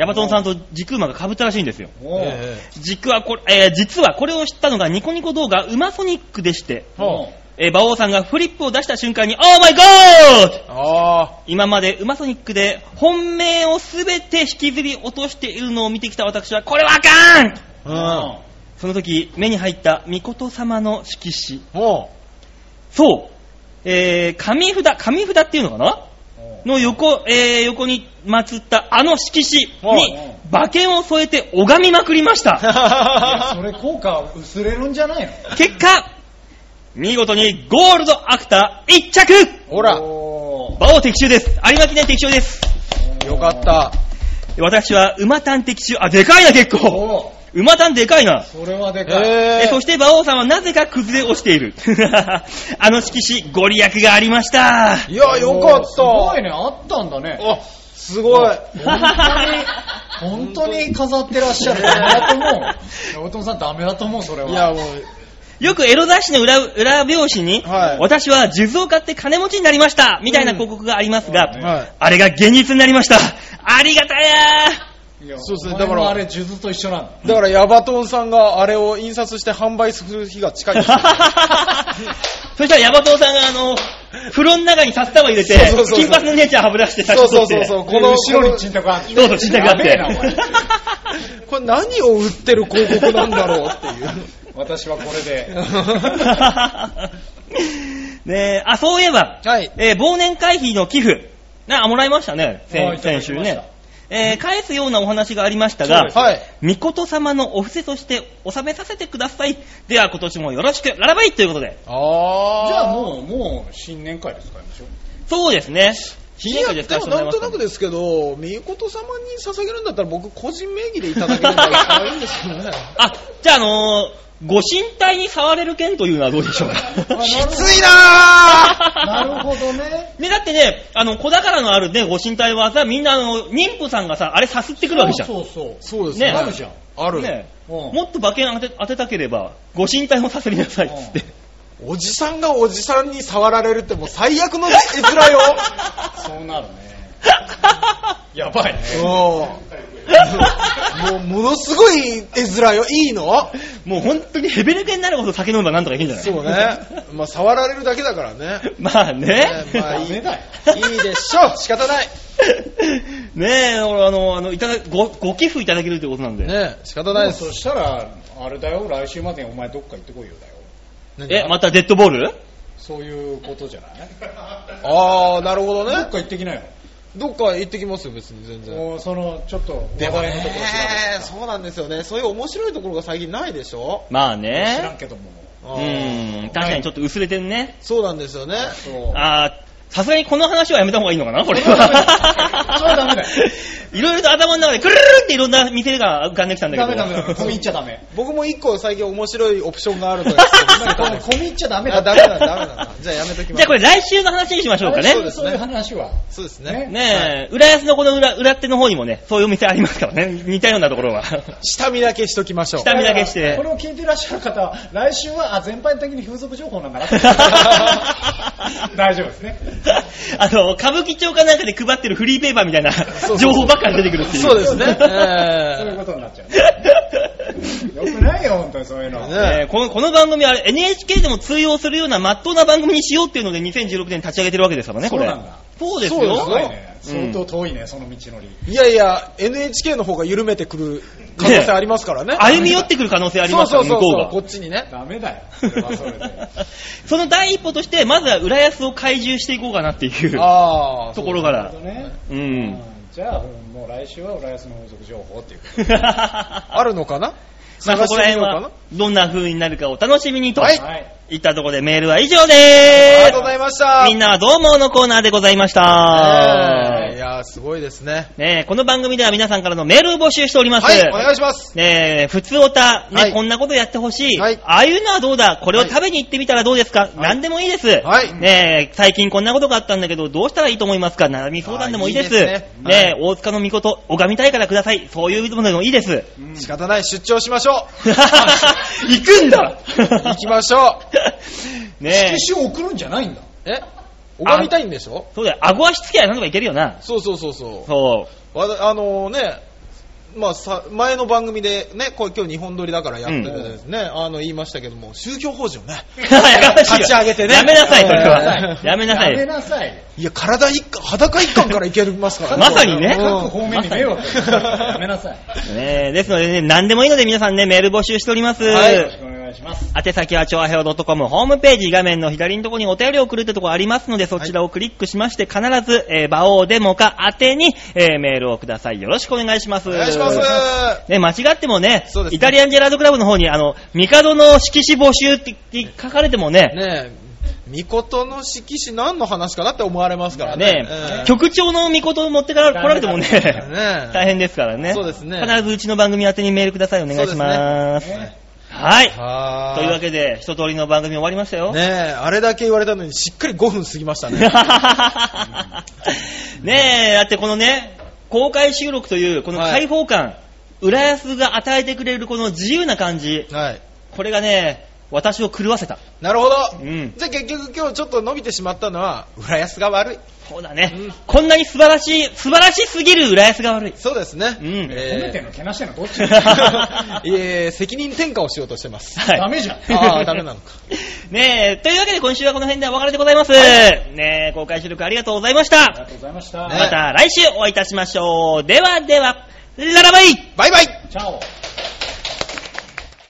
[SPEAKER 1] ヤバトンさんと時空馬が被ったらしいんですよ。
[SPEAKER 3] おう
[SPEAKER 2] え
[SPEAKER 1] 軸はこれ、えー実はこれを知ったのがニコニコ動画ウマソニックでして、
[SPEAKER 2] は
[SPEAKER 1] えー、馬王さんがフリップを出した瞬間に、オーマイゴー
[SPEAKER 2] えあ
[SPEAKER 1] 今までウマソニックで本命をすべて引きずり落としているのを見てきた私は、これはあかん
[SPEAKER 2] あ、
[SPEAKER 1] その時、目に入った、ミコト様の色紙。
[SPEAKER 2] うん。も
[SPEAKER 1] そうえー、紙札、紙札っていうのかなの横、えー、横に祀ったあの色紙に
[SPEAKER 3] はい
[SPEAKER 1] 馬券を添えて拝みまくりました。
[SPEAKER 3] いや それ効果薄れるんじゃないの
[SPEAKER 1] 結果、見事にゴールドアクター1着
[SPEAKER 2] ほら、よ
[SPEAKER 3] お
[SPEAKER 1] 馬王的中です。有馬記念的中です。
[SPEAKER 3] ー
[SPEAKER 2] かった。
[SPEAKER 1] 私は馬単的中、あ、でかいな結構。
[SPEAKER 3] おー
[SPEAKER 1] 馬単でかいな。
[SPEAKER 3] それはでかい、
[SPEAKER 1] え
[SPEAKER 2] え
[SPEAKER 1] そして馬王さんはなぜか崩れ落ちている。 あの色紙、ご利益がありました。
[SPEAKER 2] ー、いや、よかっ
[SPEAKER 3] すごい
[SPEAKER 2] た。
[SPEAKER 3] ねあったんだね
[SPEAKER 2] あ、すごい。
[SPEAKER 3] 本当に飾ってらっしゃるダメだと思う大友さんダメだと思うそれはい
[SPEAKER 2] や、もう、
[SPEAKER 1] よくエロ雑誌の裏裏表紙に、
[SPEAKER 2] はい
[SPEAKER 1] 私は数珠を買って金持ちになりましたみたいな
[SPEAKER 2] うん
[SPEAKER 1] 広告がありますが、
[SPEAKER 3] はい
[SPEAKER 2] はい。
[SPEAKER 1] あれが現実になりました。ありがたや
[SPEAKER 3] いや
[SPEAKER 2] そうですね
[SPEAKER 3] お前も
[SPEAKER 2] だから
[SPEAKER 3] あれ数珠と一緒なんだ
[SPEAKER 2] だからヤバトンさんがあれを印刷して販売する日が 近いですよ
[SPEAKER 1] そしたらヤバトさんがあの、風呂の中に札束入れて
[SPEAKER 2] そうそうそう、そう
[SPEAKER 1] 金髪の姉ちゃんはぶらして差
[SPEAKER 2] そう
[SPEAKER 1] し
[SPEAKER 2] そ
[SPEAKER 1] 取っ
[SPEAKER 2] うそう
[SPEAKER 1] て、
[SPEAKER 2] そう。
[SPEAKER 3] こ
[SPEAKER 2] こ
[SPEAKER 3] の
[SPEAKER 2] の、
[SPEAKER 3] 後ろに
[SPEAKER 2] こ
[SPEAKER 3] ちんたくあって
[SPEAKER 1] どうぞちんたくあっ
[SPEAKER 3] やべえ
[SPEAKER 1] て
[SPEAKER 3] なお前。
[SPEAKER 2] のこれ何を売ってる広告なんだろうっていう。
[SPEAKER 3] 私はこ れで
[SPEAKER 1] ねえ、あ、そういえば、
[SPEAKER 2] はい。
[SPEAKER 1] えー忘年会費の寄付、なあもらいましたね、
[SPEAKER 3] あ
[SPEAKER 1] 先
[SPEAKER 3] いただき
[SPEAKER 1] 先
[SPEAKER 3] まし
[SPEAKER 1] 週
[SPEAKER 3] た
[SPEAKER 1] ね、えー返すようなお話がありましたが、
[SPEAKER 2] はい。
[SPEAKER 1] みこと様のお布施として納めさせてください。では今年もよろしく、ララバイということで。
[SPEAKER 2] あー。
[SPEAKER 3] じゃあもうもう新年会ですからでしょ
[SPEAKER 1] そうですね。
[SPEAKER 2] いや、でもなんとなく
[SPEAKER 1] で
[SPEAKER 2] ですけど、みこと様に捧げるんだったら僕個人名義でいただけるから可愛いんですけどね。
[SPEAKER 1] あ、じゃああのーご神体に触れる件というのはどうで しょうか。
[SPEAKER 2] きついな
[SPEAKER 3] なるほどね
[SPEAKER 1] ね、だってね、あの、子宝のあるね、ご神体はさ、みんなあの、妊婦さんがさ、あれさすってくるわけじゃん。
[SPEAKER 3] そうそう
[SPEAKER 2] ーそうです
[SPEAKER 1] ね
[SPEAKER 2] ね。
[SPEAKER 1] あ
[SPEAKER 3] るじゃん
[SPEAKER 2] ある。
[SPEAKER 1] ね、
[SPEAKER 3] うん
[SPEAKER 1] もっと馬券当て当てたければ、ご神体もさせりなさいっつって。
[SPEAKER 2] おじさんがおじさんに触られるってもう最悪の絵 面よ。
[SPEAKER 3] そうなるねやばいね
[SPEAKER 2] うん。もうものすごい絵面よ。いいの
[SPEAKER 1] もう本当にヘベレケになるほど酒飲んだらなんとかいけんじゃない
[SPEAKER 2] そうね。まあ触られるだけだからね。
[SPEAKER 1] まあね。
[SPEAKER 2] ねまあ
[SPEAKER 3] ダ
[SPEAKER 2] いい
[SPEAKER 3] メだよ
[SPEAKER 2] いいでしょう。仕方ない。
[SPEAKER 1] ねえ、俺あの、あの、いただ、ご、ご寄付いただけるってことなんで。
[SPEAKER 2] ね仕方ないで
[SPEAKER 3] そ
[SPEAKER 2] す。
[SPEAKER 3] したらあれだよ来週までにお前どっか行ってこいよだよ
[SPEAKER 1] え、
[SPEAKER 2] ま、
[SPEAKER 1] またデッドボール
[SPEAKER 3] そういうことじゃない
[SPEAKER 2] あー、なるほど
[SPEAKER 3] どっ
[SPEAKER 2] ね
[SPEAKER 3] か。行ってきなよ
[SPEAKER 2] どっか行ってきますよ、別に全然。
[SPEAKER 3] もうそのちょっと話
[SPEAKER 2] でも
[SPEAKER 3] 題のところ
[SPEAKER 2] ね、そうなんですよね。そういう面白いところが最近ないでしょ
[SPEAKER 1] まあ
[SPEAKER 3] 調べて知らん
[SPEAKER 1] ね。
[SPEAKER 3] けども
[SPEAKER 1] う
[SPEAKER 2] あー
[SPEAKER 1] ん、確かにちょっと薄れてんね。
[SPEAKER 2] そうなんですよね。
[SPEAKER 3] そう
[SPEAKER 1] あーさすがにこの話はやめた方がいいのかなこれ
[SPEAKER 3] ダメだそれはダメだよ
[SPEAKER 1] は。いろいろと頭の中でくるるるっていろんな店が浮かんできたんだけ
[SPEAKER 3] ダ
[SPEAKER 1] ど。
[SPEAKER 3] メダメダメ込み入っちゃダメ
[SPEAKER 2] 僕も一個最近面白いオプションがあるとか
[SPEAKER 3] 込み入っちゃダメだ
[SPEAKER 2] あダメだダメだなじゃあやめときます
[SPEAKER 1] じゃあこれ来週の話にしましょうかね
[SPEAKER 3] そう。ですそういう話は
[SPEAKER 2] そうですね。
[SPEAKER 3] ね
[SPEAKER 1] ねえ、浦安のこの裏、裏手の方にもね、そういうお店ありますから ね。似たようなところは。
[SPEAKER 2] 下見だけしときましょう。
[SPEAKER 1] 下見だけして
[SPEAKER 3] これを聞いていらっしゃる方は来週はあ全般的に風俗情報なんだなって大丈夫ですね
[SPEAKER 1] あの、歌舞伎町かなんかで配ってるフリーペーパーみたいな
[SPEAKER 2] そうそう
[SPEAKER 1] 情報ばっかり出てくるっていう。
[SPEAKER 2] そうです ね。
[SPEAKER 3] そういう
[SPEAKER 2] え
[SPEAKER 3] ことになっちゃう よくないよ本当にそういうの
[SPEAKER 2] ー
[SPEAKER 3] ね
[SPEAKER 1] え
[SPEAKER 2] ね
[SPEAKER 1] ーこのこの番組あれ NHK でも通用するような真っ当な番組にしようっていうので2016年立ち上げてるわけですからね、これ。
[SPEAKER 3] そうなんだ
[SPEAKER 1] そうですよ。
[SPEAKER 2] そうですよ
[SPEAKER 3] 相当遠いねその道のり
[SPEAKER 2] いやいや、NHK の方が緩めてくる可能性ありますからね。
[SPEAKER 1] 歩み寄ってくる可能性あり
[SPEAKER 2] そ
[SPEAKER 1] ま
[SPEAKER 2] う
[SPEAKER 1] すか
[SPEAKER 2] そう
[SPEAKER 1] ら、向
[SPEAKER 2] そ
[SPEAKER 1] こ
[SPEAKER 2] うそうう、こ
[SPEAKER 1] が。
[SPEAKER 2] っちにね。
[SPEAKER 3] ダメだよそれはそれで
[SPEAKER 1] その第一歩として、まずは浦安を怪獣していこうかなっていう
[SPEAKER 2] ああ、
[SPEAKER 1] ところか
[SPEAKER 3] な
[SPEAKER 1] ら
[SPEAKER 3] る。ほどね
[SPEAKER 1] う。
[SPEAKER 3] うんんじゃあうんもう来週は浦安の風俗情報っていうこ
[SPEAKER 1] ま
[SPEAKER 2] あるのかな
[SPEAKER 1] あそ
[SPEAKER 2] 探し
[SPEAKER 1] こ
[SPEAKER 2] て
[SPEAKER 1] ら
[SPEAKER 2] み
[SPEAKER 1] 辺
[SPEAKER 2] ようか
[SPEAKER 1] は
[SPEAKER 2] な。
[SPEAKER 1] どんな風になるかお楽しみにと、
[SPEAKER 2] はいい、
[SPEAKER 3] とはい
[SPEAKER 1] ったところでメールは以上
[SPEAKER 2] あり
[SPEAKER 1] で
[SPEAKER 2] がとうございました。
[SPEAKER 1] す。みんなはどうものコーナーでございまし
[SPEAKER 2] ねえい
[SPEAKER 1] た。
[SPEAKER 2] やー、すごいですね。
[SPEAKER 1] ねえこの番組では皆さんからのメールを募集しております。
[SPEAKER 2] はい、お願いします。
[SPEAKER 1] ねえ、普通おた、ね、
[SPEAKER 2] はい
[SPEAKER 1] こんなことやってほしい,、
[SPEAKER 2] はい
[SPEAKER 1] ああいうのはどうだこれを食べに行ってみたらどうですか、何でもいいです。
[SPEAKER 2] はい
[SPEAKER 1] ねえ、最近こんなことがあったんだけど、どうしたらいいと思いますか悩み相談でもいいです。
[SPEAKER 2] ああいい
[SPEAKER 1] ね
[SPEAKER 2] です
[SPEAKER 1] え
[SPEAKER 2] ね、
[SPEAKER 1] 大塚の御事、拝みたいからください。そういうのでもいい です。
[SPEAKER 3] うん
[SPEAKER 2] 仕方ない、出張しましょ
[SPEAKER 1] 行くん だ
[SPEAKER 2] う。行きましょう。
[SPEAKER 1] ねえ、
[SPEAKER 3] 色紙を送るんじゃないんだ
[SPEAKER 2] え拝みたいんでしょ
[SPEAKER 1] そうだよ、顎足つけやなんとかいけるよな。
[SPEAKER 2] そうそうそうそう。
[SPEAKER 1] そ
[SPEAKER 2] わたあのね、まあさ、前の番組でね、こう今日日本撮りだからやっててですね、あの、言いましたけども、宗教法人をね、
[SPEAKER 1] う。 やかましいわ
[SPEAKER 2] 立ち上げてね
[SPEAKER 1] やめなさい、それ
[SPEAKER 2] や
[SPEAKER 1] は。
[SPEAKER 2] め
[SPEAKER 1] やめなさ
[SPEAKER 3] やめ
[SPEAKER 1] い。
[SPEAKER 3] なさい
[SPEAKER 2] いや、体一貫、裸一貫からいけますか ら
[SPEAKER 1] まさにね
[SPEAKER 2] う
[SPEAKER 3] 各
[SPEAKER 2] ん
[SPEAKER 3] 方面に迷惑やめなさい
[SPEAKER 1] ねえ、ですのでね、何でもいいので皆さんね、メール募集しております。
[SPEAKER 2] はい
[SPEAKER 3] よろしくお願い願いします。
[SPEAKER 1] 宛先は、ちょあへお .com ホームページ画面の左のところにお便りを送るってところありますので、そちらをクリックしまして、必ず、えー、馬王デモか宛てに、えーメールをください。よろしくお願いします。
[SPEAKER 2] お願いします。
[SPEAKER 1] ね、間違ってもね、
[SPEAKER 2] そうですね
[SPEAKER 1] イタリアンジェラードクラブの方に、あの、帝の色紙募集ってって書かれてもね、
[SPEAKER 2] ねえ、みことの色紙何の話かなって思われますからね
[SPEAKER 1] ね。
[SPEAKER 2] ええ
[SPEAKER 1] 局長の御事を持ってから来られてもね、
[SPEAKER 2] ね
[SPEAKER 1] 大変ですからね。
[SPEAKER 2] そうですね
[SPEAKER 1] 必ずうちの番組宛てにメールください。お願いします。
[SPEAKER 3] ね
[SPEAKER 1] はい。
[SPEAKER 2] は
[SPEAKER 1] というわ
[SPEAKER 2] け
[SPEAKER 1] けで、一通りの番組終わりましたよ。
[SPEAKER 2] ねえ、あれだけ言われたのにしっかり5分過ぎ ましたね。
[SPEAKER 1] ねえ、だってこのね、公開収録という、この
[SPEAKER 2] はい
[SPEAKER 1] 開放感、浦安が与えてくれるこの自由な感じ、
[SPEAKER 2] はい。
[SPEAKER 1] これがね、私を狂わせた。
[SPEAKER 2] なるほど。
[SPEAKER 1] うん
[SPEAKER 2] じゃあ結局今日ちょっと伸びてしまったのは、浦安が悪い。
[SPEAKER 1] そうだね、
[SPEAKER 2] うん
[SPEAKER 1] こんなに素晴らしい、素晴らしすぎる浦安が悪い。
[SPEAKER 2] そうですね。
[SPEAKER 1] うん
[SPEAKER 3] 褒めて
[SPEAKER 2] え
[SPEAKER 3] んの、けなしてんの、どっ ち
[SPEAKER 2] えいえ、責任転嫁をしようとして ます。
[SPEAKER 1] はい
[SPEAKER 3] ダメじゃん。
[SPEAKER 2] ああ、ダメなのか。
[SPEAKER 1] ねえ、というわけで今週はこの辺でお別れでございます。ねえ、公開収録ありがとうございまし
[SPEAKER 3] ありが
[SPEAKER 1] た。
[SPEAKER 3] とうございました。
[SPEAKER 2] ね
[SPEAKER 1] また来週お会いいたしましょう。ではでは、ララバイ
[SPEAKER 2] バイバイ
[SPEAKER 3] チャオ。